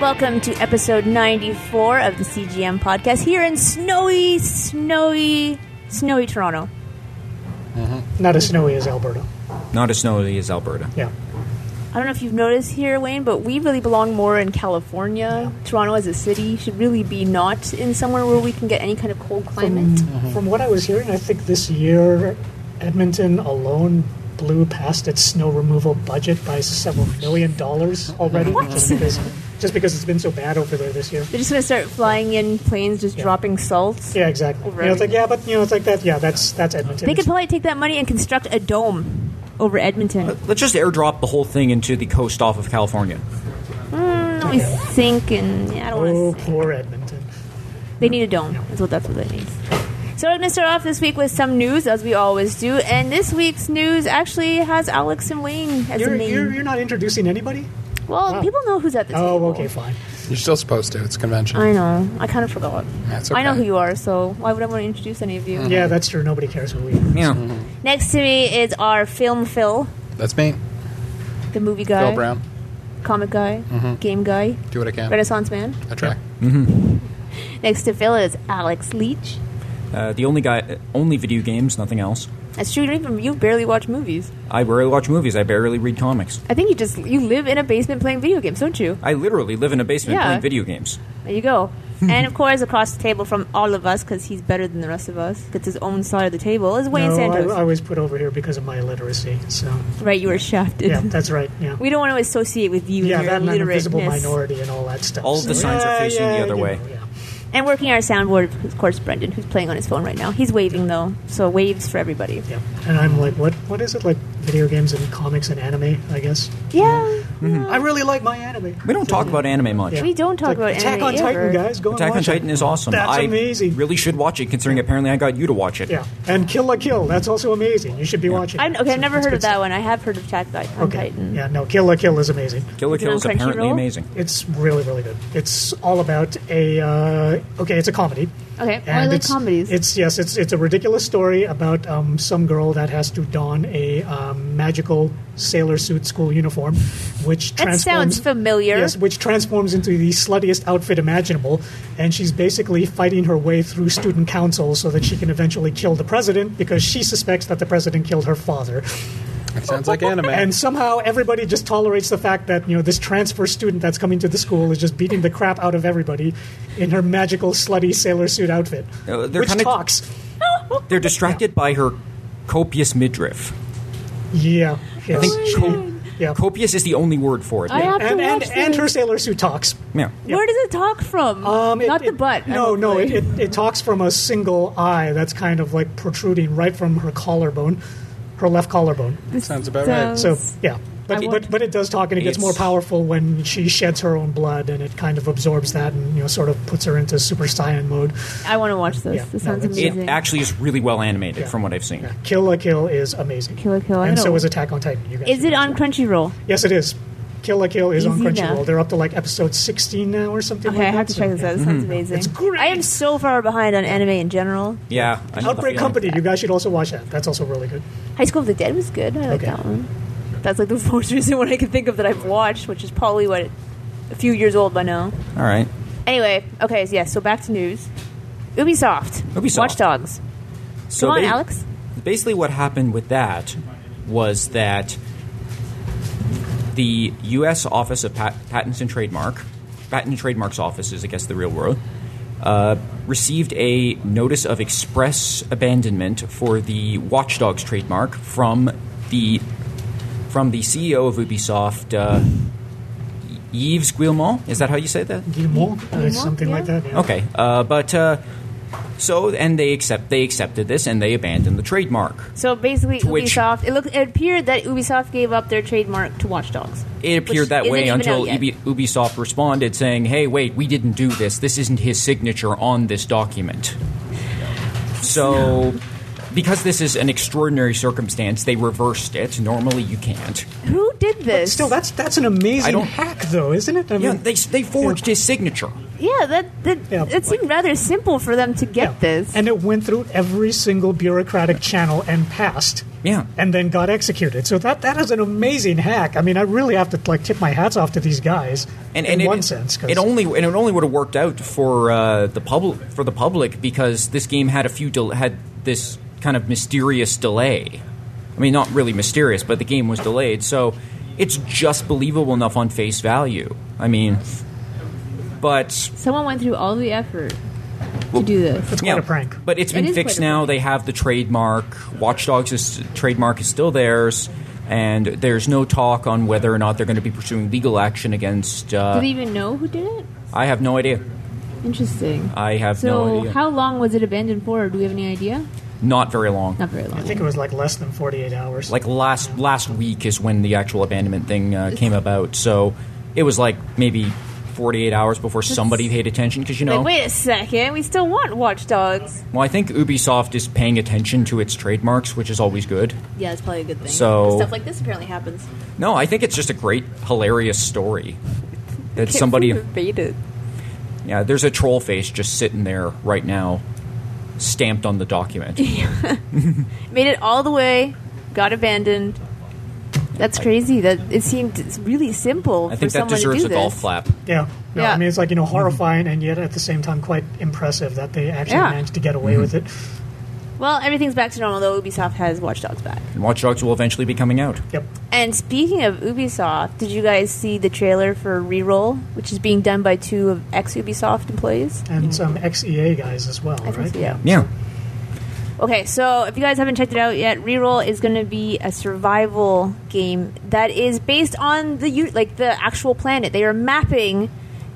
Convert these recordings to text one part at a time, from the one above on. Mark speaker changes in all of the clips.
Speaker 1: Welcome to episode 94 of the CGM podcast here in snowy, snowy, snowy Toronto.
Speaker 2: Not as snowy as Alberta.
Speaker 3: Not as snowy as Alberta.
Speaker 2: Yeah.
Speaker 1: I don't know if you've noticed here, Wayne, but we really belong more in California. Toronto as a city should really be not in somewhere where we can get any kind of cold climate.
Speaker 2: From what I was hearing, I think this year Edmonton alone blew past its snow removal budget by several million dollars already.
Speaker 1: What?
Speaker 2: Just because, just because it's been so bad over there this year.
Speaker 1: They're just going to start flying in planes, just dropping salt.
Speaker 2: Yeah, exactly. You know, it's like yeah, but you know, it's like that. Yeah, that's that's Edmonton.
Speaker 1: They could probably take that money and construct a dome over Edmonton.
Speaker 3: Let's just airdrop the whole thing into the coast off of California.
Speaker 1: What we thinking? Yeah, I don't want to.
Speaker 2: oh, poor Edmonton.
Speaker 1: They need a dome. That's what that's what that means. So we're going to start off this week with some news, as we always do. And this week's news actually has Alex and Wayne as
Speaker 2: You're,
Speaker 1: a name.
Speaker 2: you're you're not introducing anybody.
Speaker 1: well,
Speaker 2: wow.
Speaker 1: people know who's at this.
Speaker 2: Oh,
Speaker 1: table.
Speaker 2: okay, fine.
Speaker 4: You're still supposed to. It's convention.
Speaker 1: I know. I kind of forgot.
Speaker 4: That's
Speaker 1: I know
Speaker 4: okay.
Speaker 1: who you are, so why would I want to introduce any of you?
Speaker 2: Yeah, that's true. Nobody cares who we are.
Speaker 3: Yeah.
Speaker 1: Next to me is our film Phil,
Speaker 4: That's me,
Speaker 1: the movie guy,
Speaker 4: Phil Brown. Mm-hmm.
Speaker 1: comic guy, game guy,
Speaker 4: Do what I can.
Speaker 1: Renaissance man.
Speaker 4: I try.
Speaker 1: Next to Phil is Alex Leach.
Speaker 3: Uh, the only guy, uh, only video games, nothing else.
Speaker 1: That's true. You don't even you barely watch movies.
Speaker 3: I rarely watch movies. I barely read comics.
Speaker 1: I think you just you live in a basement playing video games, don't you?
Speaker 3: I literally live in a basement
Speaker 1: Yeah.
Speaker 3: playing video games.
Speaker 1: There you go. and of course, across the table from all of us, because he's better than the rest of us, gets his own side of the table, is Wayne
Speaker 2: No,
Speaker 1: Santos.
Speaker 2: I, I was put over here because of my illiteracy. So
Speaker 1: right, you were shafted.
Speaker 2: yeah, that's right. Yeah.
Speaker 1: We don't want to associate with you
Speaker 2: yeah,
Speaker 1: and your
Speaker 2: that and I'm invisible
Speaker 1: illiterateness.
Speaker 2: minority and all that stuff.
Speaker 3: All of the
Speaker 2: So,
Speaker 3: signs are
Speaker 2: yeah,
Speaker 3: facing the
Speaker 2: yeah,
Speaker 3: other
Speaker 2: you
Speaker 3: way.
Speaker 2: know, yeah.
Speaker 1: And working our soundboard, of course, Brendan, who's playing on his phone right now. He's waving, though, so waves for everybody.
Speaker 2: Yeah, and I'm like, what? What is it like? Video games and comics and anime, I guess.
Speaker 1: Yeah.
Speaker 2: I really like my anime.
Speaker 3: We don't talk about anime much.
Speaker 2: Yeah.
Speaker 1: We don't talk
Speaker 2: Like,
Speaker 1: about
Speaker 2: Attack
Speaker 1: anime
Speaker 2: on
Speaker 1: ever.
Speaker 2: Titan, guys. Go and
Speaker 3: Attack on
Speaker 2: watch it.
Speaker 3: Titan is awesome.
Speaker 2: That's
Speaker 3: I
Speaker 2: amazing.
Speaker 3: Really should watch it, considering apparently I got you to watch it.
Speaker 2: yeah, and Kill la Kill. That's also amazing. You should be watching.
Speaker 1: I,
Speaker 2: it.
Speaker 1: okay, I've
Speaker 2: So
Speaker 1: never
Speaker 2: it's
Speaker 1: heard
Speaker 2: good
Speaker 1: of that one. I have heard of Attack on
Speaker 2: stuff. Okay.
Speaker 1: Titan.
Speaker 2: Yeah, no, Kill la Kill is amazing.
Speaker 3: Kill la
Speaker 1: Is it
Speaker 3: Kill
Speaker 1: on
Speaker 3: is apparently
Speaker 1: Crunchyroll?
Speaker 3: amazing.
Speaker 2: It's really, really good. It's all about a uh, okay. It's a comedy.
Speaker 1: Okay, well, I like
Speaker 2: it's,
Speaker 1: comedies.
Speaker 2: It's yes, it's it's a ridiculous story about um, some girl that has to don a um, magical sailor suit school uniform, which
Speaker 1: That
Speaker 2: transforms
Speaker 1: sounds familiar.
Speaker 2: Yes, which transforms into the sluttiest outfit imaginable, and she's basically fighting her way through student council so that she can eventually kill the president because she suspects that the president killed her father.
Speaker 4: It sounds like anime.
Speaker 2: And somehow everybody just tolerates the fact that you know this transfer student that's coming to the school is just beating the crap out of everybody in her magical slutty sailor suit outfit,
Speaker 3: Uh, they're
Speaker 2: which
Speaker 3: kinda-
Speaker 2: talks.
Speaker 3: They're distracted by her copious midriff.
Speaker 2: Yeah, yes.
Speaker 3: I think co-
Speaker 2: yeah.
Speaker 3: copious is the only word for it.
Speaker 1: I have to
Speaker 2: and and,
Speaker 1: watch
Speaker 2: and
Speaker 1: this.
Speaker 2: her sailor suit talks.
Speaker 3: yeah.
Speaker 1: Where does it talk from?
Speaker 2: Um, it-
Speaker 1: Not the
Speaker 2: it-
Speaker 1: butt.
Speaker 2: No, no, it,
Speaker 1: hopefully.
Speaker 2: it, it talks from a single eye that's kind of like protruding right from her collarbone, her left collarbone.
Speaker 4: sounds about
Speaker 1: sounds-
Speaker 4: right.
Speaker 2: So yeah,
Speaker 1: I
Speaker 2: but
Speaker 1: want-
Speaker 2: but, but it does talk, and it gets
Speaker 3: It's-
Speaker 2: more powerful when she sheds her own blood, and it kind of absorbs that, and you know, sort of puts her into Super Saiyan mode.
Speaker 1: I want to watch this.
Speaker 2: Yeah,
Speaker 1: this
Speaker 2: no,
Speaker 1: sounds
Speaker 2: it's-
Speaker 1: amazing.
Speaker 3: It actually is really well animated
Speaker 2: Yeah.
Speaker 3: from what I've seen.
Speaker 2: Yeah, Kill la Kill is amazing.
Speaker 1: Kill la Kill, I
Speaker 2: and so
Speaker 1: know.
Speaker 2: is Attack on Titan. You guys
Speaker 1: Is it
Speaker 2: should watch
Speaker 1: on Crunchyroll?
Speaker 2: Yes, it is. Kill la Kill is on
Speaker 1: Easy
Speaker 2: Crunchyroll.
Speaker 1: now.
Speaker 2: They're up to like episode sixteen now or something.
Speaker 1: Okay,
Speaker 2: like
Speaker 1: I have
Speaker 2: that,
Speaker 1: to check
Speaker 2: so-
Speaker 1: this out. This
Speaker 3: Mm-hmm.
Speaker 1: sounds amazing.
Speaker 2: It's great.
Speaker 1: I am so far behind on anime in general.
Speaker 3: Yeah, I know the
Speaker 2: Outbreak
Speaker 3: feeling.
Speaker 2: Company. You guys should also watch that. That's also really good.
Speaker 1: High School of the Dead was good. I like
Speaker 2: Okay.
Speaker 1: that one. That's like the most recent one I can think of that I've watched, which is probably what a few years old by now.
Speaker 3: All right.
Speaker 1: Anyway, okay, so yeah. So back to news. Ubisoft.
Speaker 3: Ubisoft.
Speaker 1: Watch Dogs.
Speaker 3: So
Speaker 1: Come on,
Speaker 3: ba-
Speaker 1: Alex.
Speaker 3: Basically, what happened with that was that the U.S. Office of Pat- Patents and Trademark, Patent and Trademarks Office is, I guess, the real world, uh, received a notice of express abandonment for the Watch Dogs trademark from the from the CEO of Ubisoft, uh, Yves Guillemot. Is that how you say that?
Speaker 2: Guillemot, or Uh, something
Speaker 1: yeah.
Speaker 2: like that. yeah.
Speaker 3: Okay, uh, but uh, so and they accept they accepted this and they abandoned the trademark.
Speaker 1: So basically,
Speaker 3: To which-
Speaker 1: Ubisoft. It looked. It appeared that Ubisoft gave up their trademark to Watch Dogs.
Speaker 3: It appeared
Speaker 1: which
Speaker 3: that
Speaker 1: isn't
Speaker 3: way
Speaker 1: even
Speaker 3: until
Speaker 1: out yet.
Speaker 3: Ubi- Ubisoft responded saying, "Hey, wait, we didn't do this. This isn't his signature on this document." So because this is an extraordinary circumstance, they reversed it. Normally, you can't.
Speaker 1: Who did this?
Speaker 2: Still, that's that's an amazing
Speaker 3: don't-
Speaker 2: hack, though, isn't it? I
Speaker 3: Yeah,
Speaker 2: mean,
Speaker 3: they they forged his signature.
Speaker 1: yeah, that that,
Speaker 2: Yeah,
Speaker 1: that seemed rather simple for them to get
Speaker 2: yeah.
Speaker 1: this.
Speaker 2: and it went through every single bureaucratic channel and passed.
Speaker 3: Yeah.
Speaker 2: and then got executed. So that that is an amazing hack. I mean, I really have to like tip my hats off to these guys.
Speaker 3: and,
Speaker 2: in
Speaker 3: and it,
Speaker 2: one sense, 'cause-
Speaker 3: it only and it only would have worked out for uh, the public for the public because this game had a few del- had this kind of mysterious delay. I mean, not really mysterious, but the game was delayed, so it's just believable enough on face value. I mean, but
Speaker 5: Someone went through all the effort to do this.
Speaker 2: it's quite a prank.
Speaker 3: but it's been
Speaker 5: It is
Speaker 3: fixed
Speaker 5: quite a
Speaker 3: now.
Speaker 5: prank.
Speaker 3: They have the trademark. Watch Dogs' is, trademark is still theirs, and there's no talk on whether or not they're going to be pursuing legal action against.
Speaker 5: Do
Speaker 3: Uh,
Speaker 5: they even know who did it?
Speaker 3: I have no idea.
Speaker 5: Interesting.
Speaker 3: I have
Speaker 5: so
Speaker 3: no idea.
Speaker 5: how long was it abandoned for? Do we have any idea?
Speaker 3: Not very long.
Speaker 5: Not very long.
Speaker 2: I think it was like less than forty-eight hours.
Speaker 3: Like last last week is when the actual abandonment thing uh, came about. So it was like maybe 48 hours before somebody paid attention because you know.
Speaker 1: Like, wait a second, we still want watchdogs.
Speaker 3: Well, I think Ubisoft is paying attention to its trademarks, which is always good.
Speaker 1: Yeah, it's probably a good thing.
Speaker 3: So-
Speaker 1: stuff like this apparently happens.
Speaker 3: No, I think it's just a great, hilarious story that somebody.
Speaker 1: it.
Speaker 3: Yeah, there's a troll face just sitting there right now, stamped on the document.
Speaker 1: Made it all the way, got abandoned. That's crazy. That it seemed it's really simple. for
Speaker 3: I think that
Speaker 1: someone
Speaker 3: deserves
Speaker 1: to
Speaker 3: a
Speaker 1: do
Speaker 3: golf
Speaker 1: this.
Speaker 3: clap.
Speaker 2: yeah, no,
Speaker 1: Yeah.
Speaker 2: I mean, it's like you
Speaker 3: Mm-hmm.
Speaker 2: know horrifying and yet at the same time quite impressive that they actually
Speaker 1: Yeah.
Speaker 2: managed to get
Speaker 3: Mm-hmm.
Speaker 2: away with it.
Speaker 1: Well, everything's back to normal though. Ubisoft has watchdogs back.
Speaker 3: And Watch Dogs will eventually be coming out.
Speaker 2: Yep.
Speaker 1: And speaking of Ubisoft, did you guys see the trailer for Reroll, which is being done by two of ex Ubisoft employees?
Speaker 2: And some XEA guys as well,
Speaker 1: I think
Speaker 2: right?
Speaker 1: so, E yeah.
Speaker 3: Yeah.
Speaker 1: Okay, so if you guys haven't checked it out yet, Reroll is going to be a survival game that is based on the u- like the actual planet. They are mapping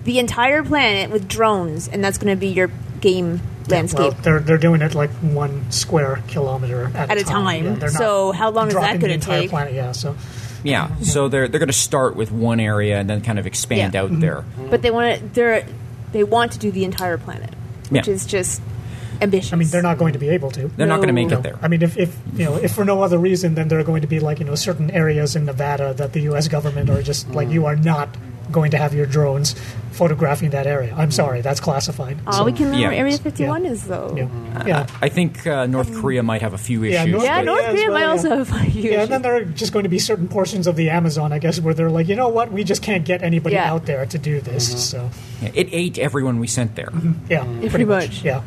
Speaker 1: the entire planet with drones, and that's going to be your game
Speaker 2: Well,
Speaker 1: landscape
Speaker 2: they're they're doing it like one square kilometer at,
Speaker 1: at a
Speaker 2: time.
Speaker 1: time.
Speaker 2: Yeah, they're not
Speaker 1: so how long is that
Speaker 2: dropping the
Speaker 1: going to
Speaker 2: entire
Speaker 1: take?
Speaker 2: Planet. Yeah. So
Speaker 3: Yeah, so they're they're going to start with one area and then kind of expand
Speaker 1: Yeah. Mm-hmm.
Speaker 3: out there.
Speaker 1: But they want to they're they want to do the entire planet, which
Speaker 3: Yeah.
Speaker 1: is just ambitious.
Speaker 2: I mean, they're not going to be able to.
Speaker 3: They're not going to make
Speaker 1: No.
Speaker 3: it there.
Speaker 2: I mean, if, if you know, if for no other reason, then there are going to be like you know certain areas in Nevada that the U.S. government are just like
Speaker 1: Mm.
Speaker 2: you are not going to have your drones photographing that area.
Speaker 1: Mm.
Speaker 2: I'm sorry, that's classified.
Speaker 1: All we can remember
Speaker 3: Yeah.
Speaker 1: Area 51
Speaker 2: Yeah.
Speaker 1: is though.
Speaker 2: yeah, yeah.
Speaker 3: I think uh, North Korea might have a few issues.
Speaker 2: Yeah, North
Speaker 1: Yeah,
Speaker 2: Korea
Speaker 3: but-
Speaker 1: North
Speaker 2: as
Speaker 1: Korea
Speaker 2: well,
Speaker 1: might
Speaker 2: yeah.
Speaker 1: also have a huge
Speaker 2: Yeah, and then there are just going to be certain portions of the Amazon, I guess, where they're like, you know what, we just can't get anybody
Speaker 1: Yeah. Mm-hmm.
Speaker 2: out there to do this. So,
Speaker 3: yeah, it ate everyone we sent there.
Speaker 2: yeah,
Speaker 1: Mm. pretty much.
Speaker 2: yeah.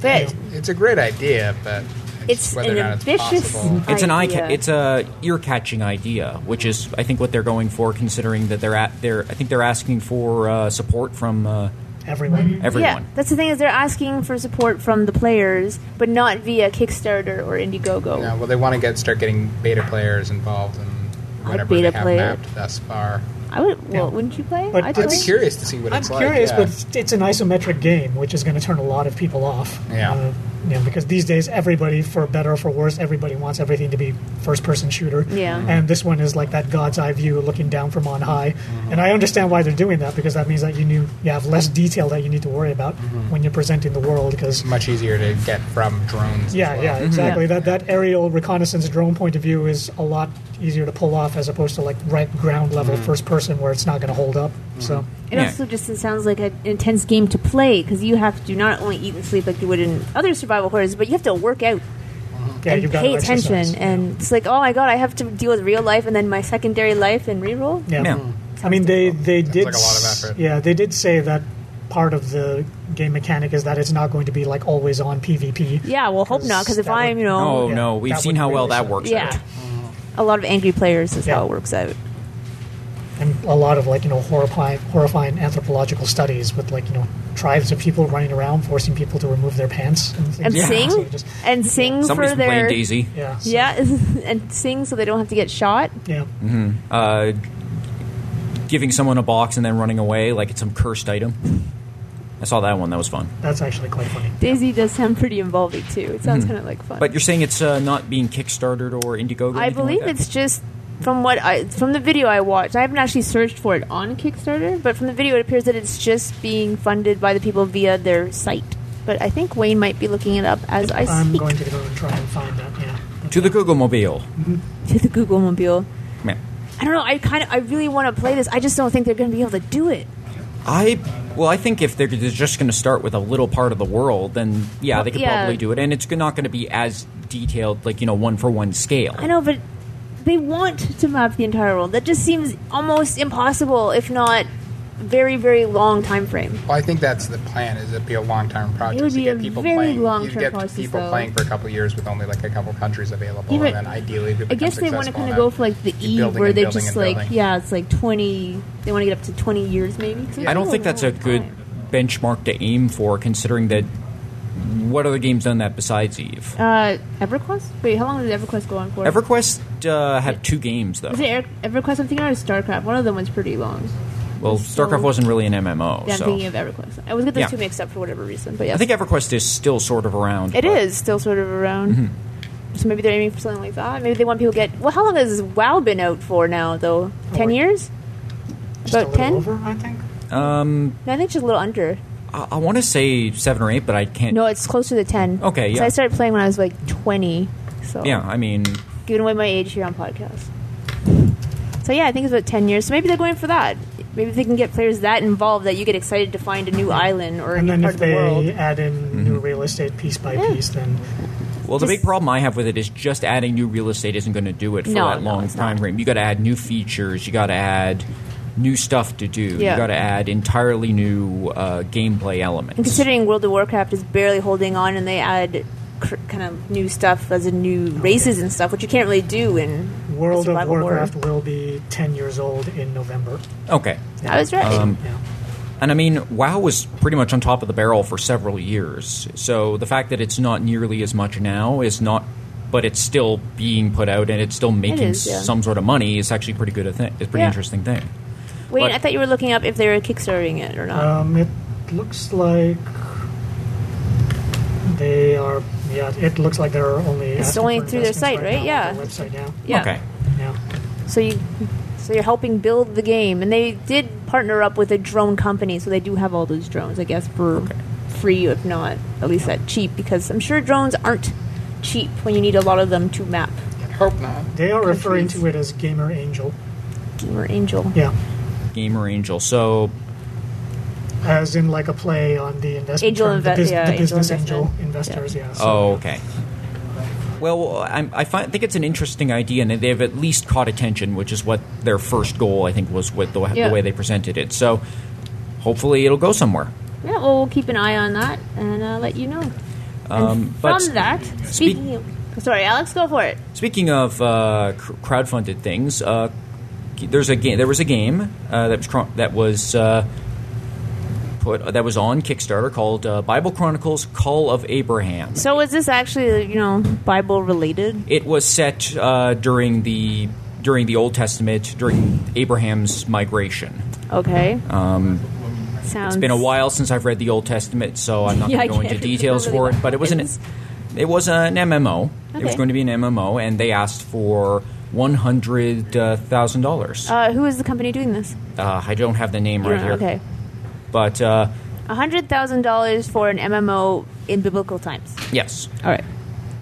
Speaker 1: But
Speaker 4: It's a great idea, but
Speaker 1: it's an ambitious.
Speaker 3: It's an eye. Ca-
Speaker 1: idea.
Speaker 3: it's a ear catching idea, which is I think what they're going for, considering that they're at they're I think they're asking for uh, support from uh,
Speaker 2: Everyone,
Speaker 1: Yeah,
Speaker 3: everyone.
Speaker 1: that's the thing is they're asking for support from the players, but not via Kickstarter or Indiegogo.
Speaker 4: Yeah, well, they want to get start getting beta players involved and whatever
Speaker 1: beta
Speaker 4: they have
Speaker 1: player.
Speaker 4: mapped thus far.
Speaker 1: I would. Well,
Speaker 2: Yeah.
Speaker 1: wouldn't you play?
Speaker 2: But
Speaker 1: I'd
Speaker 4: I'd
Speaker 1: play.
Speaker 4: be curious to see what
Speaker 2: I'm
Speaker 4: it's
Speaker 2: curious,
Speaker 4: like.
Speaker 2: but it's- it's an isometric game, which is going to turn a lot of people off. Uh,
Speaker 4: Yeah.
Speaker 2: you know, because these days, everybody, for better or for worse, everybody wants everything to be first-person shooter.
Speaker 1: Yeah.
Speaker 4: Mm-hmm.
Speaker 2: And this one is like that god's eye view, looking down from on high.
Speaker 4: Mm-hmm.
Speaker 2: And I understand why they're doing that because that means that you knew you have less detail that you need to worry about
Speaker 4: Mm-hmm.
Speaker 2: when you're presenting the world. Because
Speaker 4: it's much easier to get from drones. as
Speaker 2: yeah,
Speaker 4: well.
Speaker 2: yeah, exactly. That that aerial reconnaissance drone point of view is a lot easier to pull off as opposed to like right ground level
Speaker 4: Mm-hmm.
Speaker 2: first person where it's not going to hold up. So.
Speaker 1: It also just sounds like an intense game to play because you have to not only eat and sleep like you would in other survival horrors, but you have to work out
Speaker 2: Yeah,
Speaker 1: and
Speaker 2: you've got
Speaker 1: pay
Speaker 2: to
Speaker 1: attention.
Speaker 2: exercise.
Speaker 1: And it's like, oh my god, I have to deal with real life and then my secondary life and reroll.
Speaker 2: Yeah.
Speaker 3: Yeah.
Speaker 1: Mm.
Speaker 2: I mean, they they did.
Speaker 4: like a lot of
Speaker 2: s-
Speaker 4: effort.
Speaker 2: Yeah, they did say that part of the game mechanic is that it's not going to be like always on PvP.
Speaker 1: Yeah, well, hope not because if
Speaker 2: that would-
Speaker 1: I'm, you know,
Speaker 3: Oh
Speaker 2: Yeah,
Speaker 3: no, we've
Speaker 2: that
Speaker 3: seen
Speaker 2: would
Speaker 3: how well
Speaker 2: really
Speaker 3: that
Speaker 2: suck.
Speaker 3: works.
Speaker 1: yeah,
Speaker 3: out.
Speaker 1: a lot of angry players is
Speaker 2: Yeah.
Speaker 1: how it works out.
Speaker 2: and a lot of like you know horrifying, horrifying anthropological studies with like you know tribes of people running around forcing people to remove their pants and things.
Speaker 1: And
Speaker 2: like that.
Speaker 1: sing
Speaker 2: So you just-
Speaker 1: and sing
Speaker 3: Somebody's
Speaker 1: for
Speaker 3: been playing
Speaker 1: their
Speaker 3: Daisy.
Speaker 2: yeah. so-
Speaker 1: Yeah, and sing so they don't have to get shot.
Speaker 2: Yeah.
Speaker 3: Uh, giving someone a box and then running away like it's some cursed item. I saw that one. That was fun.
Speaker 2: That's actually quite funny.
Speaker 1: Daisy does sound pretty involving too. It sounds kind of like fun.
Speaker 3: Mm-hmm. But you're saying it's uh, not being Kickstarted or Indiegogo? or
Speaker 1: I
Speaker 3: anything like
Speaker 1: believe
Speaker 3: that?
Speaker 1: it's just from what I from the video I watched. I haven't actually searched for it on Kickstarter, but from the video it appears that it's just being funded by the people via their site. But I think Wayne might be looking it up as I
Speaker 2: I'm
Speaker 1: speak
Speaker 2: going to go and try and find that. Yeah.
Speaker 3: To the Google Mobile.
Speaker 1: to the Google Mobile.
Speaker 3: Man,
Speaker 1: I don't know. I kind of, I really want to play this. I just don't think they're going to be able to do it.
Speaker 3: I well, I think if they're they're just going to start with a little part of the world, then yeah, they could
Speaker 1: Yeah.
Speaker 3: probably do it, and it's not going to be as detailed, like you know, one for one scale.
Speaker 1: I know, but they want to map the entire world. That just seems almost impossible, if not very, very long time frame.
Speaker 4: Well, I think that's the plan. Is it'd be a long-term project.
Speaker 5: would
Speaker 4: to
Speaker 5: be
Speaker 4: get
Speaker 5: a
Speaker 4: people
Speaker 5: very
Speaker 4: playing.
Speaker 5: long-term
Speaker 4: You'd get
Speaker 5: process,
Speaker 4: people
Speaker 5: though.
Speaker 4: playing for a couple of years with only like a couple countries available,
Speaker 5: Yeah, but
Speaker 4: and then ideally, if it
Speaker 5: I guess
Speaker 4: becomes
Speaker 5: they want to
Speaker 4: successful
Speaker 5: kind of
Speaker 4: enough-
Speaker 5: go for like the
Speaker 4: keep
Speaker 5: E,
Speaker 4: building
Speaker 5: where
Speaker 4: and
Speaker 5: they
Speaker 4: building
Speaker 5: just
Speaker 4: and
Speaker 5: like,
Speaker 4: building.
Speaker 5: yeah, it's like twenty. They want to get up to twenty years, maybe. So it's
Speaker 3: I don't
Speaker 5: still
Speaker 3: think that's a
Speaker 5: long
Speaker 3: good
Speaker 5: time.
Speaker 3: benchmark to aim for, considering that what other games done that besides Eve?
Speaker 5: Uh, EverQuest. Wait, how long did EverQuest go on for?
Speaker 3: EverQuest uh, had two games though.
Speaker 5: Is it Eric- EverQuest I'm thinking of or StarCraft? One of them was pretty long.
Speaker 3: Well, StarCraft wasn't really an MMO,
Speaker 5: Yeah, I'm
Speaker 3: so
Speaker 5: thinking of EverQuest. I was
Speaker 1: Get those
Speaker 3: Yeah.
Speaker 1: two mixed up for whatever reason, but yeah,
Speaker 3: I think EverQuest is still sort of around.
Speaker 1: it
Speaker 3: but- Mm-hmm.
Speaker 1: is still sort of around. So maybe they're aiming for something like that. Maybe they want people to get. Well, how long has WoW been out for now, though?
Speaker 3: Oh,
Speaker 1: Ten
Speaker 2: like-
Speaker 1: years?
Speaker 2: Just a
Speaker 1: About
Speaker 2: little
Speaker 1: ten?
Speaker 2: over, I think.
Speaker 1: No, I think just a little under.
Speaker 3: um, I, I want to say seven or eight, but I can't.
Speaker 1: No, it's closer to ten.
Speaker 3: Okay,
Speaker 1: 'Cause
Speaker 3: yeah.
Speaker 1: I started playing when I was like twenty. So
Speaker 3: yeah, I mean,
Speaker 1: giving away my age here on podcast. So yeah, I think it's about ten years. So maybe they're going for that. Maybe they can get players that involved that you get excited to find a new island or a
Speaker 2: And
Speaker 1: new
Speaker 2: then
Speaker 1: part
Speaker 2: if
Speaker 1: of the
Speaker 2: they
Speaker 1: world.
Speaker 2: add in new real estate piece by
Speaker 1: Yeah.
Speaker 2: piece, then
Speaker 3: well, the
Speaker 1: Just-
Speaker 3: big problem I have with it is just adding new real estate isn't going to do it for
Speaker 1: No,
Speaker 3: that
Speaker 1: no,
Speaker 3: long
Speaker 1: it's
Speaker 3: time
Speaker 1: not.
Speaker 3: frame. You got to add new features. You got to add new stuff to do.
Speaker 1: Yeah.
Speaker 3: You got to add entirely new uh, gameplay
Speaker 1: And
Speaker 3: elements.
Speaker 1: considering World of Warcraft is barely holding on, and they add cr- kind of new stuff as in new races and stuff, which you can't really do in
Speaker 2: Oh, World of
Speaker 1: survival horror.
Speaker 2: Warcraft will be 10 years old in November.
Speaker 3: Okay.
Speaker 1: I was right.
Speaker 3: Um,
Speaker 2: Yeah.
Speaker 3: And I mean, WoW was pretty much on top of the barrel for several years. So the fact that it's not nearly as much now is not, but it's still being put out and it's still making
Speaker 1: is, yeah.
Speaker 3: some sort of money is actually pretty good a thing. It's a pretty
Speaker 1: Yeah.
Speaker 3: interesting thing.
Speaker 1: Wait,
Speaker 3: but-
Speaker 1: I thought you were looking up if they were kickstarting it or not.
Speaker 2: Um, it looks like they are. Yeah, it looks like they're only.
Speaker 1: It's
Speaker 2: asking
Speaker 1: only
Speaker 2: for
Speaker 1: through their
Speaker 2: investments
Speaker 1: site, right?
Speaker 2: now,
Speaker 1: Yeah.
Speaker 2: their website now.
Speaker 1: yeah.
Speaker 3: Okay.
Speaker 2: Yeah.
Speaker 1: So you, so you're helping build the game, and they did partner up with a drone company, so they do have all those drones, I guess, for free, if not at least at cheap, because I'm sure drones aren't cheap when you need a lot of them to map.
Speaker 4: Hope not.
Speaker 2: They are referring
Speaker 1: Countries.
Speaker 2: to it as Gamer Angel.
Speaker 1: Gamer Angel.
Speaker 2: Yeah.
Speaker 3: Gamer Angel. So
Speaker 2: As in, like a play on the investment.
Speaker 1: Angel
Speaker 2: term, the
Speaker 1: inve-
Speaker 2: bus-
Speaker 1: yeah,
Speaker 2: the
Speaker 1: angel
Speaker 2: business
Speaker 1: investment.
Speaker 2: angel investors. Yeah. so-
Speaker 3: Oh, okay. Well, I, I find, think it's an interesting idea, and they've at least caught attention, which is what their first goal, I think, was with the,
Speaker 5: Yeah.
Speaker 3: the way they presented it. So hopefully it'll go somewhere.
Speaker 5: Yeah, well, we'll keep an eye on that and uh, let you know.
Speaker 3: Um, but
Speaker 5: From that, speaking of, sorry, Alex, go for it.
Speaker 3: Speaking of uh, cr- crowdfunded things, uh, there's a game. There was a game uh, that was cro- that was uh, put that was on Kickstarter called uh, Bible Chronicles: Call of Abraham.
Speaker 1: So is this actually, you know, Bible related?
Speaker 3: It was set uh, during the during the Old Testament during Abraham's migration.
Speaker 1: Okay. Um, Sounds.
Speaker 3: It's been a while since I've read the Old Testament, so I'm not
Speaker 1: Yeah, I
Speaker 3: going to go into
Speaker 1: can't
Speaker 3: details
Speaker 1: remember
Speaker 3: for it.
Speaker 1: what
Speaker 3: But it was an
Speaker 1: it is.
Speaker 3: it was an MMO. It was
Speaker 1: Okay.
Speaker 3: going to be an MMO, and they asked for one hundred thousand dollars.
Speaker 1: Uh, who is the company doing this?
Speaker 3: Uh, I don't have the name
Speaker 1: You
Speaker 3: right
Speaker 1: don't
Speaker 3: here.
Speaker 1: know. Okay.
Speaker 3: But uh,
Speaker 1: hundred thousand dollars for an MMO in biblical times.
Speaker 3: yes,
Speaker 1: All right.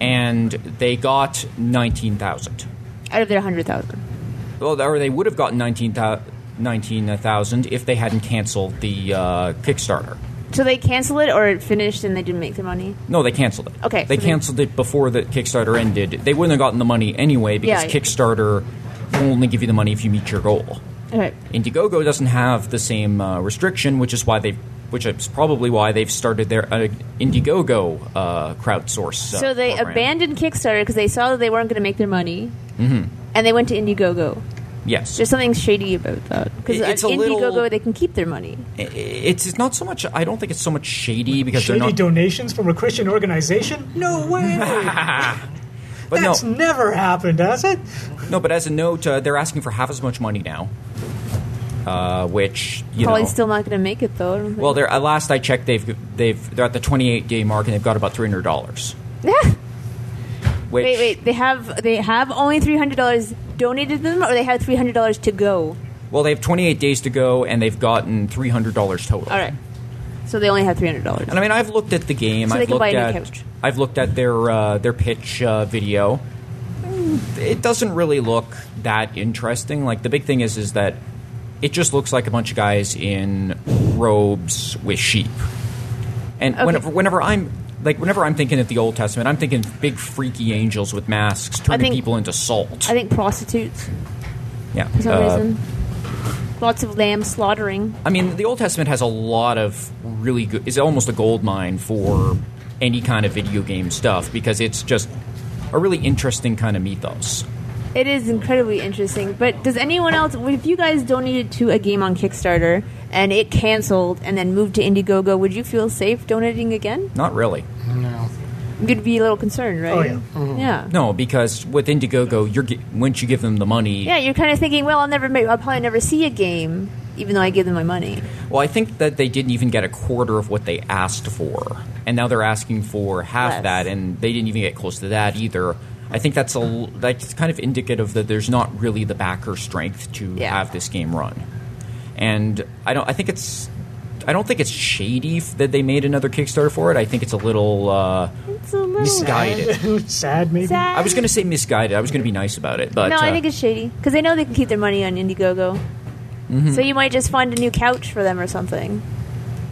Speaker 3: and they got nineteen thousand.
Speaker 1: Out of their hundred thousand.
Speaker 3: Well, or they would have gotten nineteen thousand if they hadn't canceled the uh, Kickstarter.
Speaker 1: So they cancel it, or it finished and they didn't make the money.
Speaker 3: No, they canceled it.
Speaker 1: Okay,
Speaker 3: they
Speaker 1: so they-
Speaker 3: canceled it before the Kickstarter ended. They wouldn't have gotten the money anyway because
Speaker 1: Yeah, yeah.
Speaker 3: Kickstarter will only give you the money if you meet your goal.
Speaker 1: All right.
Speaker 3: Indiegogo doesn't have the same uh, restriction, which is why they, which is probably why they've started their uh, Indiegogo uh, crowdsource. Uh,
Speaker 1: So they
Speaker 3: program.
Speaker 1: abandoned Kickstarter because they saw that they weren't going to make their money, mm-hmm. and they went to Indiegogo.
Speaker 3: Yes,
Speaker 1: There's something shady about that because
Speaker 3: It-
Speaker 1: on
Speaker 3: it's a little-
Speaker 1: Indiegogo they can keep their money.
Speaker 3: it's, it's not so much. I don't think it's so much shady because
Speaker 2: Shady
Speaker 3: they're not.
Speaker 2: donations from a Christian organization? No way!
Speaker 3: but no,
Speaker 2: That's never happened, has it?
Speaker 3: no. But as a note, uh, they're asking for half as much money now, uh, which you
Speaker 1: Probably
Speaker 3: know.
Speaker 1: still not going to make it though. I don't think.
Speaker 3: well, they're at last I checked, they've they've they're at the twenty eight day mark and they've got about three hundred dollars. Which
Speaker 1: wait, wait. They have they have only three hundred dollars donated to them, or they have three hundred dollars to go.
Speaker 3: well, they have twenty eight days to go and they've gotten three hundred dollars total.
Speaker 1: All right. So they only have three hundred dollars.
Speaker 3: And I mean, I've looked at the game.
Speaker 1: So they
Speaker 3: I've
Speaker 1: can buy
Speaker 3: looked
Speaker 1: a
Speaker 3: at
Speaker 1: new couch.
Speaker 3: I've looked at their uh, their pitch uh, video. Mm, It doesn't really look that interesting. Like the big thing is is that it just looks like a bunch of guys in robes with sheep. And
Speaker 1: Okay.
Speaker 3: whenever, whenever I'm like whenever I'm thinking of the Old Testament, I'm thinking big freaky angels with masks turning
Speaker 1: think-
Speaker 3: people into salt.
Speaker 1: I think prostitutes
Speaker 3: yeah.
Speaker 1: for some
Speaker 3: Uh,
Speaker 1: reason. Lots of lamb slaughtering.
Speaker 3: I mean, the Old Testament has a lot of really good. It's almost a gold mine for any kind of video game stuff because it's just a really interesting kind of mythos.
Speaker 1: It is incredibly interesting. But does anyone else? If you guys donated to a game on Kickstarter and it canceled and then moved to Indiegogo, would you feel safe donating again?
Speaker 3: Not really.
Speaker 4: No.
Speaker 1: You'd be a little concerned, right?
Speaker 2: Oh, yeah.
Speaker 1: Yeah.
Speaker 3: No, because with Indiegogo, you're gi- once you give them the money.
Speaker 1: Yeah, you're kind of thinking, well, I'll never make, I'll probably never see a game, even though I give them my money.
Speaker 3: Well, I think that they didn't even get a quarter of what they asked for, and now they're asking for half
Speaker 1: Less.
Speaker 3: that, and they didn't even get close to that either. I think that's a l- that's kind of indicative that there's not really the backer strength to
Speaker 1: Yeah.
Speaker 3: have this game run, and I don't. I think it's. I don't think it's shady f- that they made another Kickstarter for it. I think it's a little uh,
Speaker 1: It's a little
Speaker 3: misguided.
Speaker 2: Sad, maybe.
Speaker 1: sad.
Speaker 3: I was going to say misguided. I was going to be nice about it, but
Speaker 1: no, I
Speaker 3: uh,
Speaker 1: think it's shady because they know they can keep their money on Indiegogo.
Speaker 4: Mm-hmm.
Speaker 1: So you might just find a new couch for them or something.